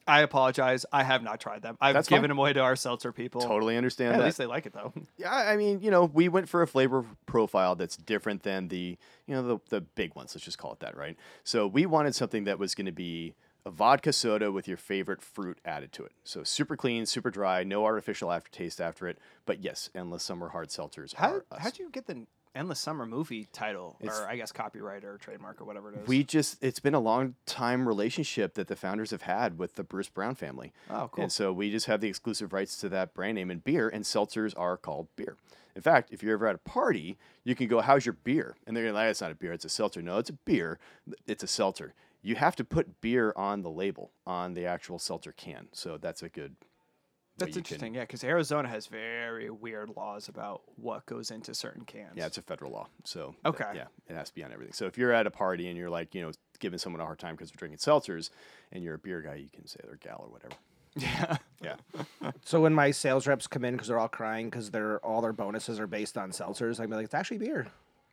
Speaker 1: I apologize. I have not tried them. I've
Speaker 2: That's
Speaker 1: given
Speaker 2: fine.
Speaker 1: them away to our seltzer people.
Speaker 2: Totally understand
Speaker 1: At
Speaker 2: that.
Speaker 1: least they like it though.
Speaker 2: Yeah, I mean, you know, we went for a flavor profile that's different than the, you know, the, the big ones. Let's just call it that, right? So we wanted something that was going to be a vodka soda with your favorite fruit added to it. So super clean, super dry, no artificial aftertaste after it. But yes, endless summer hard seltzers
Speaker 1: How
Speaker 2: are us.
Speaker 1: how'd you get the endless summer movie title
Speaker 2: It's-
Speaker 1: or I guess copyright or trademark or whatever it is?
Speaker 2: we just it's been a long time relationship that the founders have had with the Bruce Brown family.
Speaker 1: Oh, cool.
Speaker 2: And so we just have the exclusive rights to that brand name and beer, and seltzers are called beer. In fact, if you're ever at a party, you can go, "How's your beer?" And they're gonna like, "It's not a beer, it's a seltzer." No, it's a beer, it's a seltzer. You have to put beer on the label on the actual seltzer can. So that's a good. way you
Speaker 1: That's
Speaker 2: can-
Speaker 1: interesting, yeah, 'cause yeah, because Arizona has very weird laws about what goes into certain cans.
Speaker 2: Yeah, it's a federal law. So that-
Speaker 1: Okay.
Speaker 2: yeah, it has to be on everything. So if you're at a party and you're like, you know, giving someone a hard time because they're drinking seltzers, and you're a beer guy, you can say they're gal or whatever.
Speaker 1: yeah.
Speaker 2: Yeah.
Speaker 3: So when my sales reps come in because they're all crying because their all their bonuses are based on seltzers, I'm like, it's actually beer.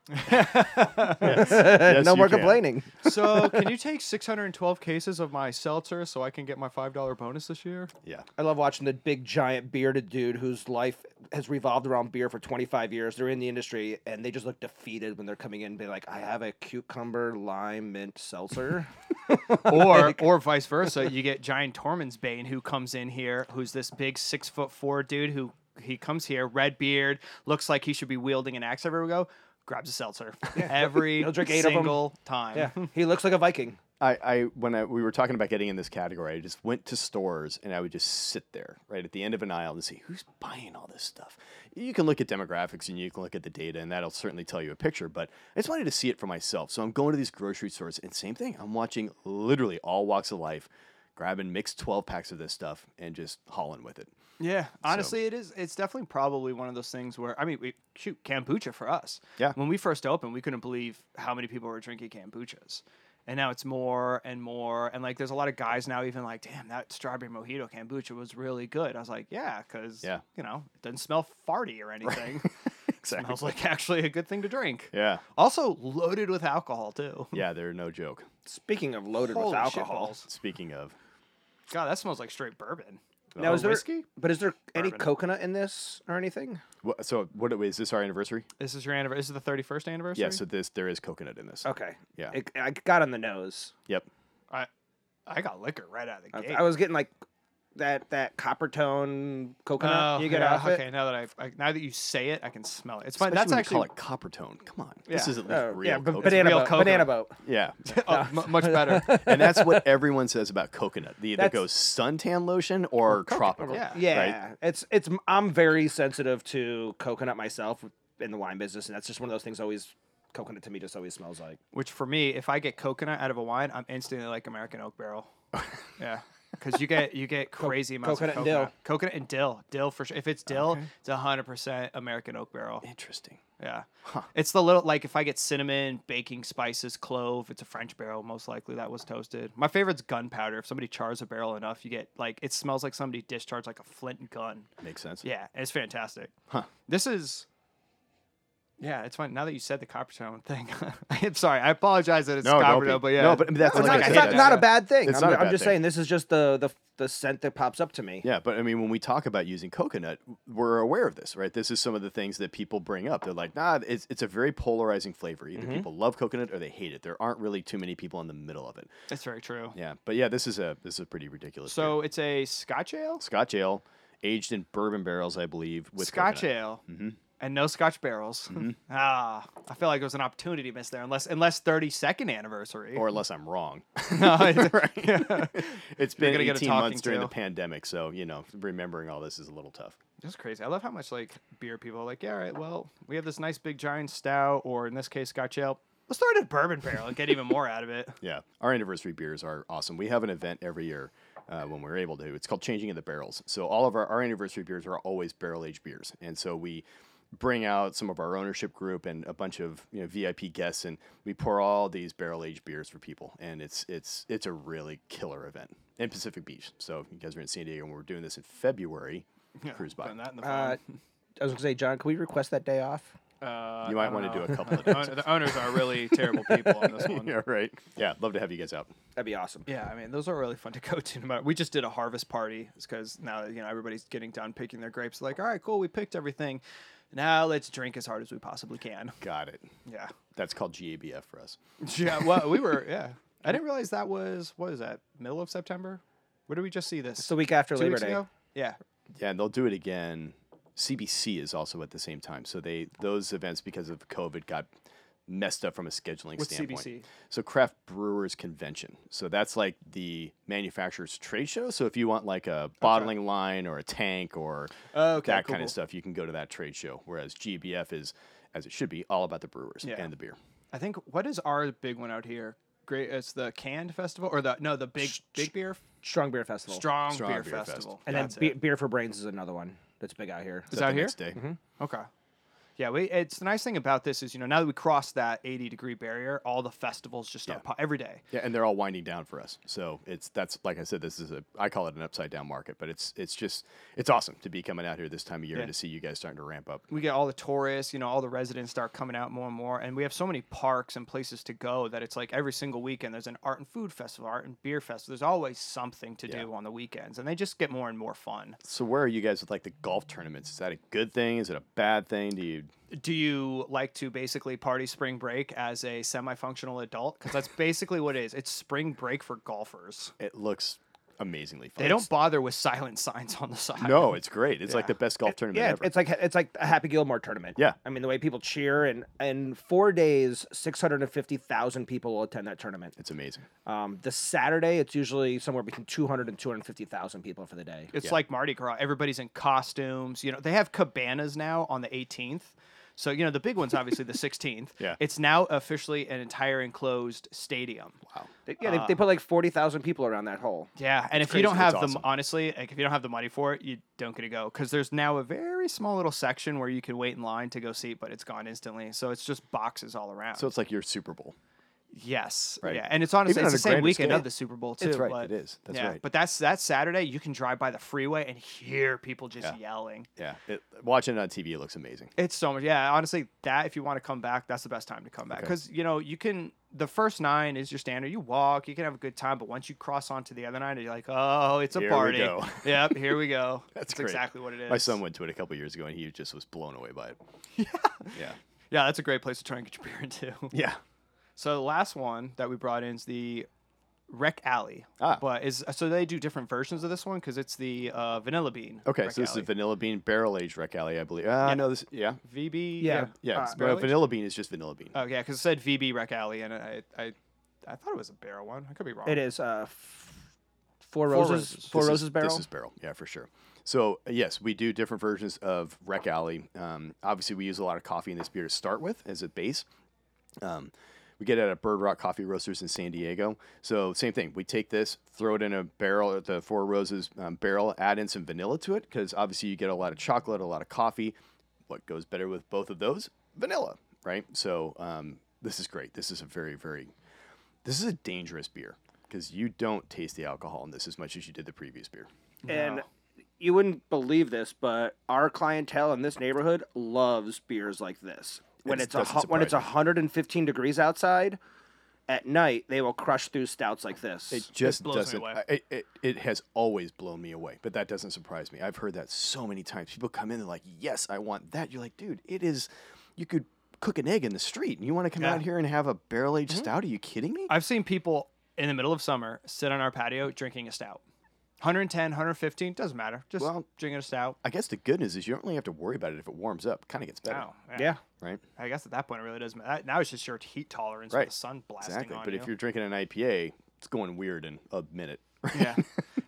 Speaker 3: no
Speaker 2: you
Speaker 3: more
Speaker 2: can.
Speaker 3: complaining.
Speaker 1: so can you take 612 cases of my seltzer so I can get my five dollar bonus this year?
Speaker 2: Yeah.
Speaker 3: I love watching the big giant bearded dude whose life has revolved around beer for 25 years. They're in the industry and they just look defeated when they're coming in and be like, I have a cucumber lime mint seltzer.
Speaker 1: or or vice versa. You get Giant Tormund's Bane who comes in here, who's this big six foot four dude who he comes here, red beard, looks like he should be wielding an axe everywhere we go, grabs a seltzer every
Speaker 3: He'll drink eight of 'em.
Speaker 1: single time.
Speaker 3: yeah. He looks like a Viking.
Speaker 2: I, I when I, we were talking about getting in this category, I just went to stores and I would just sit there right at the end of an aisle and see who's buying all this stuff. You can look at demographics and you can look at the data, and that'll certainly tell you a picture. But I just wanted to see it for myself, so I'm going to these grocery stores and same thing. I'm watching literally all walks of life, grabbing mixed 12 packs of this stuff and just hauling with it.
Speaker 1: Yeah, honestly, it is. It's definitely probably one of those things where I mean, we, shoot, kombucha for us.
Speaker 2: Yeah.
Speaker 1: When we first opened, we couldn't believe how many people were drinking kombuchas, and now it's more and more. And like, there's a lot of guys now even like, damn, that strawberry mojito kombucha was really good. I was like, yeah, because
Speaker 2: Yeah.
Speaker 1: you know, it doesn't smell farty or anything.
Speaker 2: Exactly.
Speaker 1: Smells like actually a good thing to drink.
Speaker 2: Yeah,
Speaker 1: Also loaded with alcohol too.
Speaker 2: yeah, they're no joke.
Speaker 3: Speaking of loaded
Speaker 1: Holy
Speaker 3: with
Speaker 1: shit
Speaker 3: alcohol.
Speaker 1: balls.
Speaker 2: Speaking of, oh,
Speaker 1: God, that smells like straight bourbon.
Speaker 3: Now,
Speaker 1: Or
Speaker 3: is there,
Speaker 1: whiskey?
Speaker 3: But is there any
Speaker 1: Bourbon.
Speaker 3: coconut in this or anything?
Speaker 2: wha- so what is this our anniversary?
Speaker 1: This is your anniversary. This is the 31st anniversary.
Speaker 2: Yeah, so this there is coconut in this.
Speaker 3: Okay.
Speaker 2: Yeah.
Speaker 3: It, I got on the nose.
Speaker 2: Yep.
Speaker 1: I, I got liquor right out of the
Speaker 3: I,
Speaker 1: gate.
Speaker 3: I was getting like that that copper tone coconut
Speaker 1: Oh,
Speaker 3: you get
Speaker 1: yeah,
Speaker 3: off
Speaker 1: okay.
Speaker 3: it.
Speaker 1: Now that I, I now that you say it, I can smell it. It's fine.
Speaker 2: Especially
Speaker 1: That's
Speaker 2: when you
Speaker 1: actually
Speaker 2: call it copper tone. Come on, this
Speaker 1: Yeah.
Speaker 2: isn't
Speaker 3: Oh,
Speaker 2: real.
Speaker 3: yeah, ba-
Speaker 2: coconut.
Speaker 3: banana
Speaker 1: real
Speaker 3: boat.
Speaker 1: coconut.
Speaker 3: Banana boat.
Speaker 2: Yeah,
Speaker 1: oh, mu- much better.
Speaker 2: and that's what everyone says about coconut. They either
Speaker 3: That's-
Speaker 2: go suntan lotion or tropical.
Speaker 1: yeah. right?
Speaker 3: Yeah, it's it's. I'm very sensitive to coconut myself in the wine business, and that's just one of those things. Always coconut to me just always smells like.
Speaker 1: Which for me, if I get coconut out of a wine, I'm instantly like American oak barrel. Yeah. Because you get you get crazy amounts
Speaker 3: coconut
Speaker 1: of
Speaker 3: and
Speaker 1: coconut,
Speaker 3: dill.
Speaker 1: coconut and dill, dill for sure. If it's dill, it's it's hundred percent American oak barrel.
Speaker 2: Interesting.
Speaker 1: Yeah, it's the little like if I get cinnamon, baking spices, clove. It's a French barrel, most likely that was toasted. My favorite's gunpowder. If somebody chars a barrel enough, you get like it smells like somebody discharged like a flint gun.
Speaker 2: Makes sense.
Speaker 1: Yeah, it's fantastic. This is. Yeah, it's fine. Now that you said the copper tone thing, I'm sorry. I apologize that it's
Speaker 2: No, don't
Speaker 1: copper
Speaker 2: be.
Speaker 1: tone, but yeah,
Speaker 2: No, but
Speaker 1: it's
Speaker 2: that's what
Speaker 1: like
Speaker 2: I
Speaker 1: I
Speaker 2: said.
Speaker 3: it's
Speaker 1: said,
Speaker 3: not,
Speaker 2: that's-
Speaker 3: not a bad thing.
Speaker 2: It's
Speaker 3: I'm,
Speaker 2: not a
Speaker 3: I'm
Speaker 2: bad
Speaker 3: just
Speaker 2: thing.
Speaker 3: saying this is just the, the the scent that pops up to me.
Speaker 2: Yeah, but I mean, when we talk about using coconut, we're aware of this, right? This is some of the things that people bring up. They're like, nah, it's, it's a very polarizing flavor. Either people love coconut or they hate it. There aren't really too many people in the middle of it.
Speaker 1: It's very true.
Speaker 2: Yeah, but yeah, this is a this is a pretty ridiculous. beer.
Speaker 1: So it's a Scotch ale,
Speaker 2: Scotch ale, aged in bourbon barrels, I believe. With
Speaker 1: Scotch
Speaker 2: coconut. Mm-hmm.
Speaker 1: ale, and no Scotch barrels. Ah, I feel like it was an opportunity missed there, unless unless 32nd anniversary.
Speaker 2: or unless I'm wrong.
Speaker 1: no, it's- yeah.
Speaker 2: It's
Speaker 1: You're
Speaker 2: been
Speaker 1: gonna get a
Speaker 2: 18
Speaker 1: talking
Speaker 2: months during the
Speaker 1: to.
Speaker 2: pandemic, so you know, remembering all this is a little tough.
Speaker 1: That's crazy. I love how much like beer people are like, yeah, all right, well, we have this nice big giant stout, or in this case, Scotch ale. Let's throw it in a bourbon barrel and get even more out of it.
Speaker 2: Yeah, our anniversary beers are awesome. We have an event every year uh, when we're able to. It's called Changing of the Barrels. So all of our, our anniversary beers are always barrel aged beers, and so we bring out some of our ownership group and a bunch of you know VIP guests, and we pour all these barrel aged beers for people, and it's it's it's a really killer event in Pacific Beach. So if you guys are in San Diego, and we're doing this in February. cruise by.
Speaker 1: Done that in the
Speaker 3: Uh,
Speaker 1: phone.
Speaker 3: I was gonna say, John, can we request that day off?
Speaker 1: Uh,
Speaker 2: You might
Speaker 1: I don't
Speaker 2: wanna
Speaker 1: know.
Speaker 2: do a couple of
Speaker 1: The own- the owners are really terrible people on this one.
Speaker 2: yeah, right. Yeah, love to have you guys out.
Speaker 3: That'd be awesome.
Speaker 1: Yeah, I mean, those are really fun to go to. no matter- We just did a harvest party because now you know everybody's getting done picking their grapes. Like, all right, cool, we picked everything. Now let's drink as hard as we possibly can.
Speaker 2: Got it.
Speaker 1: Yeah,
Speaker 2: That's called GABF for us.
Speaker 1: yeah. Well, we were. Yeah, I didn't realize that was what is that middle of September? Where did we just see this?
Speaker 3: It's the week after
Speaker 1: Two
Speaker 3: Labor
Speaker 1: weeks
Speaker 3: Day.
Speaker 1: ago? Yeah,
Speaker 2: Yeah, and they'll do it again. CBC is also at the same time, so they those events because of COVID got messed up from a scheduling
Speaker 1: What's
Speaker 2: standpoint.
Speaker 1: CBC?
Speaker 2: So Craft Brewers Convention. So that's like the manufacturer's trade show. So if you want like a bottling line or a tank or
Speaker 1: Oh, okay,
Speaker 2: that
Speaker 1: cool,
Speaker 2: kind
Speaker 1: cool.
Speaker 2: of stuff, you can go to that trade show. Whereas GBF is, as it should be, all about the brewers
Speaker 1: Yeah.
Speaker 2: and the beer.
Speaker 1: I think what is our big one out here? Great, it's the canned festival or the no the big big beer
Speaker 3: Strong Beer Festival.
Speaker 1: strong,
Speaker 2: Strong
Speaker 1: beer,
Speaker 2: Beer Fest.
Speaker 1: festival.
Speaker 3: And
Speaker 1: That's
Speaker 3: then
Speaker 1: it.
Speaker 3: Be- Beer for Brains is another one that's big out here.
Speaker 1: Is
Speaker 2: But
Speaker 1: that
Speaker 2: the
Speaker 1: here? Mm-hmm.
Speaker 2: next day.
Speaker 1: Okay. Yeah, we, it's the nice thing about this is you know now that we crossed that 80 degree barrier, all the festivals just start po- every day.
Speaker 2: Yeah, and they're all winding down for us. So it's that's like I said, this is a I call it an upside down market, but it's it's just it's awesome to be coming out here this time of year
Speaker 1: Yeah.
Speaker 2: and to see you guys starting to ramp up.
Speaker 1: We get all the tourists, you know, all the residents start coming out more and more, and we have so many parks and places to go that it's like every single weekend there's an art and food festival, art and beer festival. There's always something to do on the weekends, and they just get more and more fun.
Speaker 2: So where are you guys with like the golf tournaments? Is that a good thing? Is it a bad thing? Do you
Speaker 1: Do you like to basically party spring break as a semi-functional adult? Because that's basically what it is. It's spring break for golfers.
Speaker 2: it looks amazingly fun.
Speaker 1: They don't bother with silent signs on the side.
Speaker 2: No, it's great. It's like the best golf tournament
Speaker 3: Yeah,
Speaker 2: ever.
Speaker 3: it's like it's like a Happy Gilmore tournament.
Speaker 2: Yeah.
Speaker 3: I mean the way people cheer and in four days, six hundred and fifty thousand people will attend that tournament.
Speaker 2: it's amazing.
Speaker 1: Uh,
Speaker 3: Um, the Saturday, it's usually somewhere between 200 and 250,000 people for the day.
Speaker 1: It's like Mardi Gras. Everybody's in costumes. You know, they have cabanas now on the 18th. So, you know, the big one's obviously the 16th.
Speaker 2: Yeah.
Speaker 1: It's now officially an entire enclosed stadium. Wow.
Speaker 3: They- yeah, they, they put like 40,0and people around that hole.
Speaker 1: Yeah, and if you don't
Speaker 2: crazy.
Speaker 1: have
Speaker 2: That's awesome.
Speaker 1: the honestly, like if you don't have the money for it, you don't get to go because there's now a very small little section where you can wait in line to go see, it, but it's gone instantly. So it's just boxes all around.
Speaker 2: So it's like your Super Bowl.
Speaker 1: Yes.
Speaker 2: Right.
Speaker 1: Yeah, and it's honestly
Speaker 2: Even
Speaker 1: it's
Speaker 2: on
Speaker 1: the
Speaker 2: a
Speaker 1: same
Speaker 2: grander
Speaker 1: weekend
Speaker 2: scale.
Speaker 1: of the Super Bowl too.
Speaker 2: That's right,
Speaker 1: But,
Speaker 2: it is. That's
Speaker 1: yeah,
Speaker 2: right.
Speaker 1: But that's that Saturday. You can drive by the freeway and hear people just
Speaker 2: Yeah.
Speaker 1: yelling.
Speaker 2: Yeah. It, watching it on TV it looks amazing.
Speaker 1: It's so much. Yeah, honestly, that if you want to come back, that's the best time to come back because you know you can. The first nine is your standard. You walk, you can have a good time, but once you cross onto the other nine, you're like, oh, it's a
Speaker 2: Here we
Speaker 1: party.
Speaker 2: go.
Speaker 1: yep, here we go.
Speaker 2: That's great.
Speaker 1: exactly what it is.
Speaker 2: My son went to it a couple years ago and he just was blown away by it. Yeah.
Speaker 1: Yeah, that's a great place to try and get your beer into.
Speaker 2: Yeah.
Speaker 1: So the last one that we brought in is the Rec Alley.
Speaker 2: Ah.
Speaker 1: But is so they do different versions of this one because it's the uh, vanilla bean.
Speaker 2: Okay,
Speaker 1: Rec
Speaker 2: so this is
Speaker 1: Alley.
Speaker 2: is vanilla bean barrel aged rec alley, I believe. Ah, no, this yeah.
Speaker 1: VB.
Speaker 3: Yeah.
Speaker 2: Yeah,
Speaker 1: uh,
Speaker 2: it's-
Speaker 1: barrel
Speaker 2: no,
Speaker 1: aged?
Speaker 2: vanilla bean is just vanilla
Speaker 3: Uh,
Speaker 2: bean.
Speaker 1: Oh yeah, because it said VB Rec Alley, and I, I, I thought it was a barrel one. I could be wrong.
Speaker 3: It is uh, f- Four Roses,
Speaker 1: Roses.
Speaker 3: Four
Speaker 2: This is-
Speaker 3: Roses Barrel.
Speaker 2: This is barrel, yeah, for sure. So uh, yes, we do different versions of rec alley. Um, obviously, we use a lot of coffee in this beer to start with as a base. Um, we get it at Bird Rock Coffee Roasters in San Diego. So same thing. We take this, throw it in a barrel at the Four Roses um, barrel, add in some vanilla to it because obviously you get a lot of chocolate, a lot of coffee. What goes better with both of those? Vanilla, right? So um, this is great. This is a very very this is a dangerous beer because you don't taste the alcohol in this as much as you did the previous beer.
Speaker 3: And you wouldn't believe this, but our clientele in this neighborhood loves beers like this. When
Speaker 2: It's-
Speaker 3: it's, a
Speaker 2: doesn't
Speaker 3: hu- when it's
Speaker 2: surprise
Speaker 3: 115 degrees outside, at night they will crush through stouts like this.
Speaker 2: It just
Speaker 1: blows me
Speaker 2: doesn't.
Speaker 1: away.
Speaker 2: I- It, it, it has always blown me away, but that doesn't surprise me. I've heard that so many times. People come in and like, "Yes, I want that." You're like, "Dude, it is." You could cook an egg in the street, and you want to come
Speaker 1: Yeah. Mm-hmm.
Speaker 2: out here and have a barrel aged stout? Are you kidding me?
Speaker 1: I've seen people in the middle of summer sit on our patio drinking a stout. 110, 115, doesn't matter. Just
Speaker 2: Well,
Speaker 1: drinking a stout.
Speaker 2: I guess the good news is you don't really have to worry about it if it warms up. Kind of gets better,
Speaker 1: Wow.
Speaker 3: yeah.
Speaker 2: right?
Speaker 1: I guess at that point it really doesn't matter. Now it's just your heat tolerance with
Speaker 2: Right.
Speaker 1: the sun blasting
Speaker 2: Exactly.
Speaker 1: on
Speaker 2: But
Speaker 1: you.
Speaker 2: if you're drinking an IPA, it's going weird in a minute.
Speaker 1: yeah,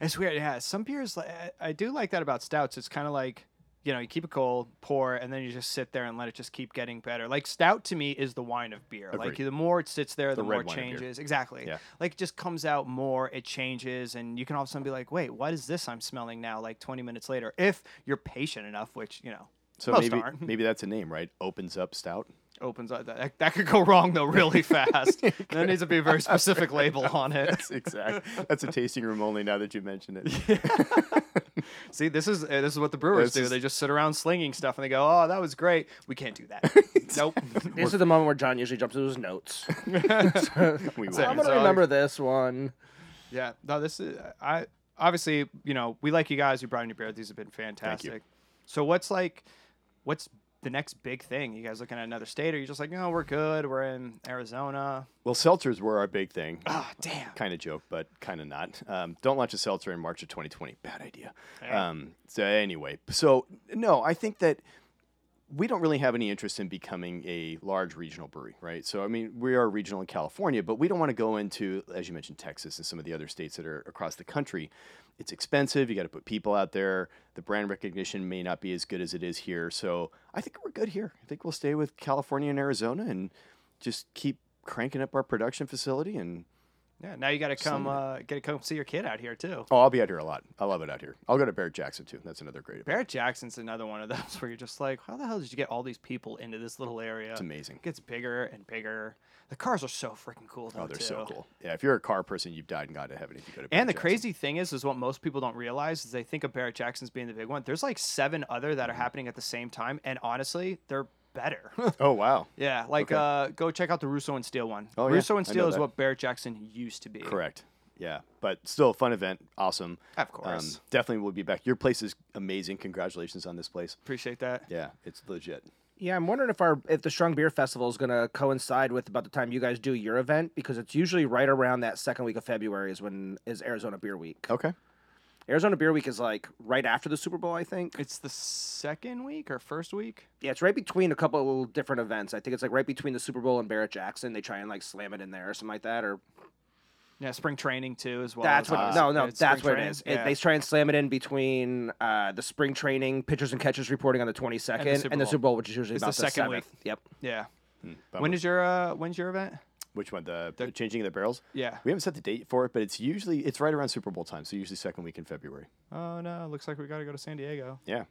Speaker 1: it's weird. Yeah, some beers li- I- I do like that about stouts. It's kind of like you know you keep it cold, pour, and then you just sit there and let it just keep getting better. Like stout to me is the wine of beer. Like
Speaker 2: Agreed.
Speaker 1: the more it sits there, the,
Speaker 2: red
Speaker 1: more it
Speaker 2: wine of beer.
Speaker 1: changes. Exactly.
Speaker 2: Yeah.
Speaker 1: Like it just comes out more, it changes, and you can all of a sudden be like, wait, what is this I'm smelling now? Like 20 minutes later, if you're patient enough, which you know
Speaker 2: So
Speaker 1: most
Speaker 2: maybe
Speaker 1: aren't.
Speaker 2: maybe that's a name, right? Opens up stout.
Speaker 1: opens up. That, that could go wrong though really fast. there needs to be a very specific label on it.
Speaker 2: That's exactly. That's a tasting room only. Now that you mention it,
Speaker 1: See, this is uh, this is what the brewers
Speaker 2: This
Speaker 1: do.
Speaker 2: is-
Speaker 1: They just sit around slinging stuff and they go, "Oh, that was great. We can't do that." nope.
Speaker 3: This is the moment where John usually jumps into his notes.
Speaker 2: we will.
Speaker 1: it.
Speaker 3: I'm
Speaker 1: It's
Speaker 3: gonna
Speaker 1: all-
Speaker 3: remember this one.
Speaker 1: Yeah. No, this is I obviously, you know, we like you guys who brought in your beer. These have been fantastic. So what's like what's the next big thing? You guys looking at another state or you just like, "No, we're good. We're in Arizona."
Speaker 2: Well, seltzers were our big thing.
Speaker 1: Ah, damn.
Speaker 2: kind of joke, but kind of not. Um, don't launch a seltzer in March of 2020. Bad idea. Um, so anyway, so no, I think that we don't really have any interest in becoming a large regional brewery, right? So I mean, we are regional in California, but we don't want to go into, as you mentioned, Texas and some of the other states that are across the country. It's expensive. You got to put people out there. The brand recognition may not be as good as it is here. So I think we're good here. I think we'll stay with California and Arizona and just keep cranking up our production facility and
Speaker 1: Yeah, now you got to come uh got to come see your kid out here too.
Speaker 2: Oh, I'll be out here a lot. I love it out here. I'll go to Barrett Jackson too. That's another great. event.
Speaker 1: Barrett Jackson's another one of those where you're just like, how the hell did you get all these people into this little area? It's
Speaker 2: amazing.
Speaker 1: It gets bigger and bigger. The cars are so freaking cool. Though,
Speaker 2: Oh, they're
Speaker 1: too.
Speaker 2: so cool. Yeah, if you're a car person, you've died and gone to heaven if you go to.
Speaker 1: And the
Speaker 2: Barrett Jackson.
Speaker 1: crazy thing is, is what most people don't realize is they think of Barrett Jackson's being the big one. There's like seven other that are
Speaker 2: Mm-hmm.
Speaker 1: happening at the same time, and honestly, they're better.
Speaker 2: Oh wow.
Speaker 1: yeah, like
Speaker 2: Okay.
Speaker 1: uh, go check out the Russo and Steel one.
Speaker 2: Oh, yeah,
Speaker 1: Russo and
Speaker 2: I know
Speaker 1: Steel is
Speaker 2: that.
Speaker 1: what Barrett Jackson used to be.
Speaker 2: Correct. Yeah, but still a fun event. Awesome. Um,
Speaker 1: Of course.
Speaker 2: definitely will be back. Your place is amazing. Congratulations on this place.
Speaker 1: Appreciate that.
Speaker 2: Yeah, it's legit.
Speaker 3: Yeah, I'm wondering if our if the Strong Beer Festival is gonna coincide with about the time you guys do your event because it's usually right around that second week of February is when is Arizona Beer Week.
Speaker 1: Oh.
Speaker 2: Okay.
Speaker 3: Arizona Beer Week is like right after the Super Bowl, I think.
Speaker 1: It's the second week or first week.
Speaker 3: Yeah, it's right between a couple of different events. I think it's like right between the Super Bowl and Barrett Jackson. They try and like slam it in there or something like that. Or
Speaker 1: Yeah, spring training too as well.
Speaker 3: that's
Speaker 1: as
Speaker 3: what.
Speaker 2: Ah.
Speaker 1: obviously
Speaker 3: no, no,
Speaker 1: it's
Speaker 3: that's
Speaker 1: spring
Speaker 3: what it
Speaker 1: training.
Speaker 3: is. It-
Speaker 1: Yeah.
Speaker 3: they try and slam it in between uh, the spring training, pitchers and catchers reporting on the twenty second, and,
Speaker 1: Super
Speaker 3: the
Speaker 1: Bowl.
Speaker 3: Super Bowl, which is usually
Speaker 1: It's the
Speaker 3: about
Speaker 1: second week.
Speaker 3: 7th. Yep.
Speaker 1: yeah.
Speaker 2: Bummer.
Speaker 1: When is your uh, when's your event?
Speaker 2: which one? The, the changing of the barrels.
Speaker 1: Yeah.
Speaker 2: We haven't set the date for it, but it's usually it's right around Super Bowl time. So usually second week in February.
Speaker 1: Oh no, looks like we got to go to San Diego.
Speaker 2: Yeah,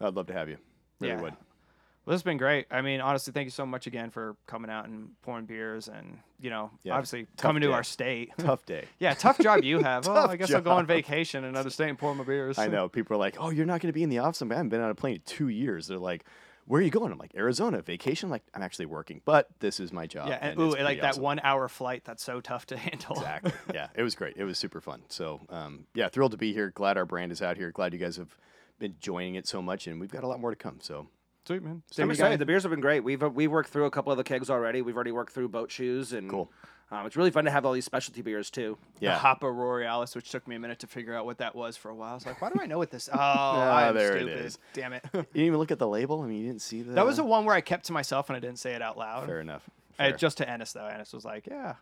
Speaker 2: I'd love to have you. Really
Speaker 1: Yeah.
Speaker 2: would.
Speaker 1: Well, this has been great. I mean, honestly, thank you so much again for coming out and pouring beers and, you know,
Speaker 2: Yeah,
Speaker 1: obviously
Speaker 2: tough
Speaker 1: coming to
Speaker 2: day.
Speaker 1: our state.
Speaker 2: Tough day.
Speaker 1: yeah, tough job you have. oh,
Speaker 2: Tough
Speaker 1: I guess I'll go on
Speaker 2: job.
Speaker 1: vacation in another state and pour my beers.
Speaker 2: I know. People are like, "Oh, you're not going to be in the office. I'm like, I haven't been on a plane in two years." They're like, "Where are you going?" I'm like, "Arizona vacation." I'm like, I'm actually working, but this is my job.
Speaker 1: Yeah, and,
Speaker 2: it's
Speaker 1: ooh, and, like
Speaker 2: pretty
Speaker 1: that
Speaker 2: awesome."
Speaker 1: one hour flight that's so tough to handle.
Speaker 2: Exactly. yeah, it was great. It was super fun. So, um, yeah, thrilled to be here. Glad our brand is out here. Glad you guys have been enjoying it so much, and we've got a lot more to come. So,
Speaker 1: Sweet, man.
Speaker 3: I'm
Speaker 1: Stay
Speaker 3: excited.
Speaker 1: safe.
Speaker 3: The beers have been great. We've uh, we worked through a couple of the kegs already. We've already worked through boat shoes and
Speaker 2: Cool.
Speaker 3: Um, it's really fun to have all these specialty beers too.
Speaker 1: The
Speaker 2: yeah,
Speaker 1: Hopper Rorealis, which took me a minute to figure out what that was for a while. I was like, why do I know what this? Oh, I'm
Speaker 2: Ah, there it
Speaker 1: stupid.
Speaker 2: is.
Speaker 1: Damn it.
Speaker 2: you didn't even look at the label. I mean, you didn't see the.
Speaker 1: that was the one where I kept to myself and I didn't say it out loud.
Speaker 2: fair enough.
Speaker 1: Uh,
Speaker 2: Fair.
Speaker 1: just to Ennis though, Ennis was like, "Yeah,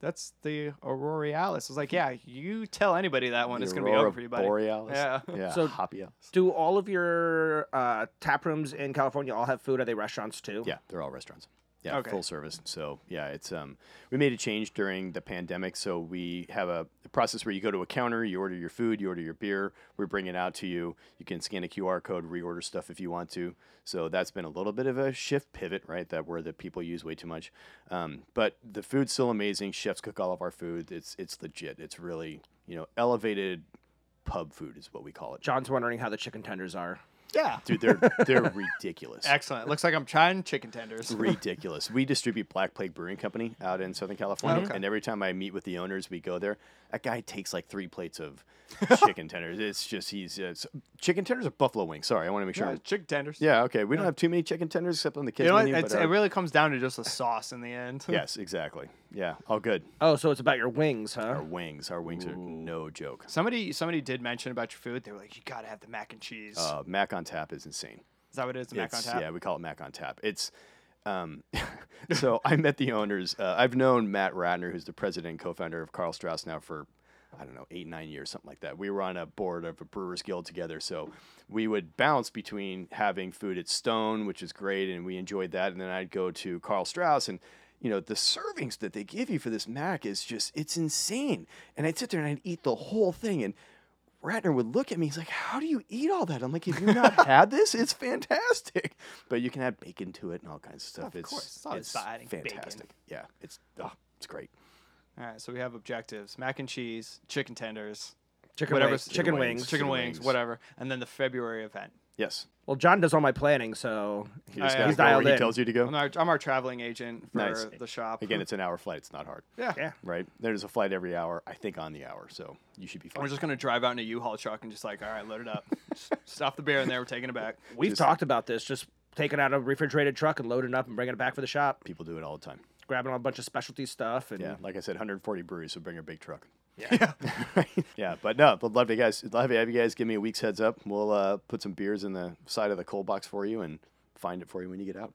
Speaker 1: that's the Aurorealis." I was like, "Yeah, you tell anybody that one,
Speaker 2: The
Speaker 1: it's gonna be
Speaker 2: Aurora
Speaker 1: over for you, buddy."
Speaker 2: Borealis.
Speaker 1: Yeah.
Speaker 2: yeah.
Speaker 3: So-
Speaker 2: Hopialis.
Speaker 3: Do all of your uh, tap rooms in California all have food? Are they restaurants too?
Speaker 2: Yeah, they're all restaurants. Yeah,
Speaker 1: Okay.
Speaker 2: full service. So yeah, it's um, we made a change during the pandemic. So we have a process where you go to a counter, you order your food, you order your beer, we bring it out to you. You can scan a QR code, reorder stuff if you want to. So that's been a little bit of a shift pivot, right? That word that people use way too much. Um, but the food's still amazing. Chefs cook all of our food. It's it's legit. It's really you know elevated pub food is what we call it.
Speaker 3: John's wondering how the chicken tenders are.
Speaker 1: Yeah.
Speaker 2: Dude, they're they're ridiculous.
Speaker 1: Excellent. Looks like I'm trying chicken tenders.
Speaker 2: ridiculous. We distribute Black Plague Brewing Company out in Southern California, and every time I meet with the owners, we go there. That guy takes like three plates of chicken tenders. It's just he's it's, chicken tenders or buffalo wings. Sorry, I want to make sure.
Speaker 1: Yeah,
Speaker 2: I'm-
Speaker 1: chicken tenders.
Speaker 2: Yeah, okay. We don't have too many chicken tenders except on the kids
Speaker 1: You know what?
Speaker 2: menu.
Speaker 1: It's,
Speaker 2: but uh,
Speaker 1: it
Speaker 2: our-
Speaker 1: really comes down to just the sauce in the end.
Speaker 2: yes, exactly. Yeah, all good.
Speaker 3: Oh, so it's about your wings, huh?
Speaker 2: Our wings, our wings are no joke.
Speaker 1: Somebody, somebody did mention about your food. They were like, "You gotta have the mac and cheese."
Speaker 2: Uh, Mac on tap is insane.
Speaker 1: is that what it is? The mac on
Speaker 2: It's-
Speaker 1: tap.
Speaker 2: Yeah, we call it Mac on Tap. It's um, so I met the owners. Uh, I've known Matt Ratner, who's the president and co-founder of Carl Strauss, now for I don't know eight nine years, something like that. We were on a board of a Brewers Guild together, so we would bounce between having food at Stone, which is great, and we enjoyed that, and then I'd go to Carl Strauss and. You know, the servings that they give you for this mac is just, it's insane. And I'd sit there and I'd eat the whole thing. And Ratner would look at me. He's like, "How do you eat all that?" I'm like, "Have you not had this? It's fantastic." But you can add bacon to it and all kinds of stuff.
Speaker 1: Of
Speaker 2: it's
Speaker 1: course, it's not as bad adding bacon.
Speaker 2: fantastic. Yeah, it's oh, it's great.
Speaker 1: All right, so we have objectives: mac and cheese, chicken tenders,
Speaker 3: Chicken
Speaker 1: whatever,
Speaker 3: wings. Chicken wings.
Speaker 1: chicken wings,
Speaker 2: wings.
Speaker 1: whatever, and then the February event.
Speaker 2: Yes,
Speaker 3: Well, John does all my planning, so
Speaker 2: you just
Speaker 1: I- uh,
Speaker 2: gotta
Speaker 1: he's
Speaker 2: go where
Speaker 3: dialed
Speaker 2: he
Speaker 3: in.
Speaker 2: tells you to go.
Speaker 1: I'm our, I'm our traveling agent for
Speaker 2: Nice.
Speaker 1: the shop.
Speaker 2: Again, it's an hour flight. It's not hard,
Speaker 1: yeah.
Speaker 3: yeah.
Speaker 2: right? There's a flight every hour. I think on the hour, so you should be fine.
Speaker 1: We're just gonna drive out in a U-Haul truck and just like, all right, load it up. S- Stop the beer in there. We're taking it back.
Speaker 3: We've
Speaker 2: Just-
Speaker 3: talked about this. Just taking out a refrigerated truck and loading it up and bringing it back for the shop,
Speaker 2: People do it all the time.
Speaker 3: grabbing a bunch of specialty stuff. And
Speaker 1: Mm.
Speaker 2: Yeah, like I said, 140 breweries, so bring your big truck. Yeah, yeah, but no, would love to guys. Love to have you guys give me a week's heads up. We'll uh, put some beers in the side of the cold box for you and find it for you when you get out.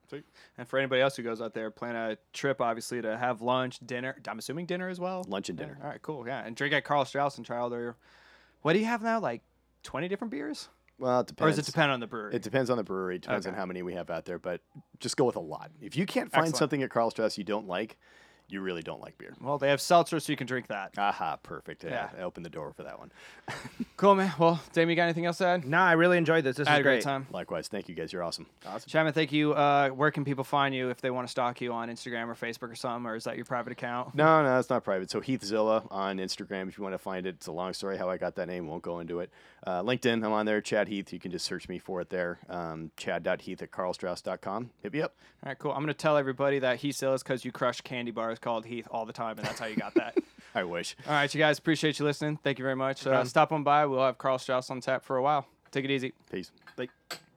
Speaker 1: And for anybody else who goes out there, plan a trip, obviously, to have lunch, dinner. I'm assuming dinner as well.
Speaker 2: Lunch and
Speaker 1: Yeah,
Speaker 2: dinner.
Speaker 1: All right, cool. Yeah, and drink at Carl Strauss and try all their. What do you have now? Like twenty different beers,
Speaker 2: Well, it
Speaker 1: or
Speaker 2: depends.
Speaker 1: does it depend on the brewery?
Speaker 2: It depends on the brewery. It depends on
Speaker 1: Okay.
Speaker 2: how many we have out there, but just go with a lot. If you can't find
Speaker 1: Excellent.
Speaker 2: something at Carl Strauss you don't like, you really don't like beer.
Speaker 1: well, they have seltzer, so you can drink that.
Speaker 2: Aha, perfect. Yeah,
Speaker 1: Yeah.
Speaker 2: I opened the door for that one.
Speaker 1: Cool, man. Well, Damien, you got anything else to add?
Speaker 3: Nah, I really enjoyed this. This
Speaker 1: I
Speaker 3: is
Speaker 1: had a great
Speaker 3: great.
Speaker 1: time.
Speaker 2: Likewise, thank you guys. You're awesome.
Speaker 1: Chapman, thank you. Uh, where can people find you if they want to stalk you on Instagram or Facebook or something, or is that your private account?
Speaker 2: No, no, it's not private. So Heathzilla on Instagram, if you want to find it. It's a long story how I got that name. Won't go into it. Uh, LinkedIn, I'm on there. Chad Heath. You can just search me for it there. Um, Chad.heath at carlstrauss.com. Hit me up.
Speaker 1: All right, cool. I'm gonna tell everybody that Heath Hill is because you crush candy bars called Heath all the time, and that's how you got that.
Speaker 2: I wish.
Speaker 1: all right, you guys, appreciate you listening. Thank you very much. Uh, stop on by. We'll have Carl Strauss on tap for a while. Take it easy.
Speaker 2: Peace.
Speaker 3: Like-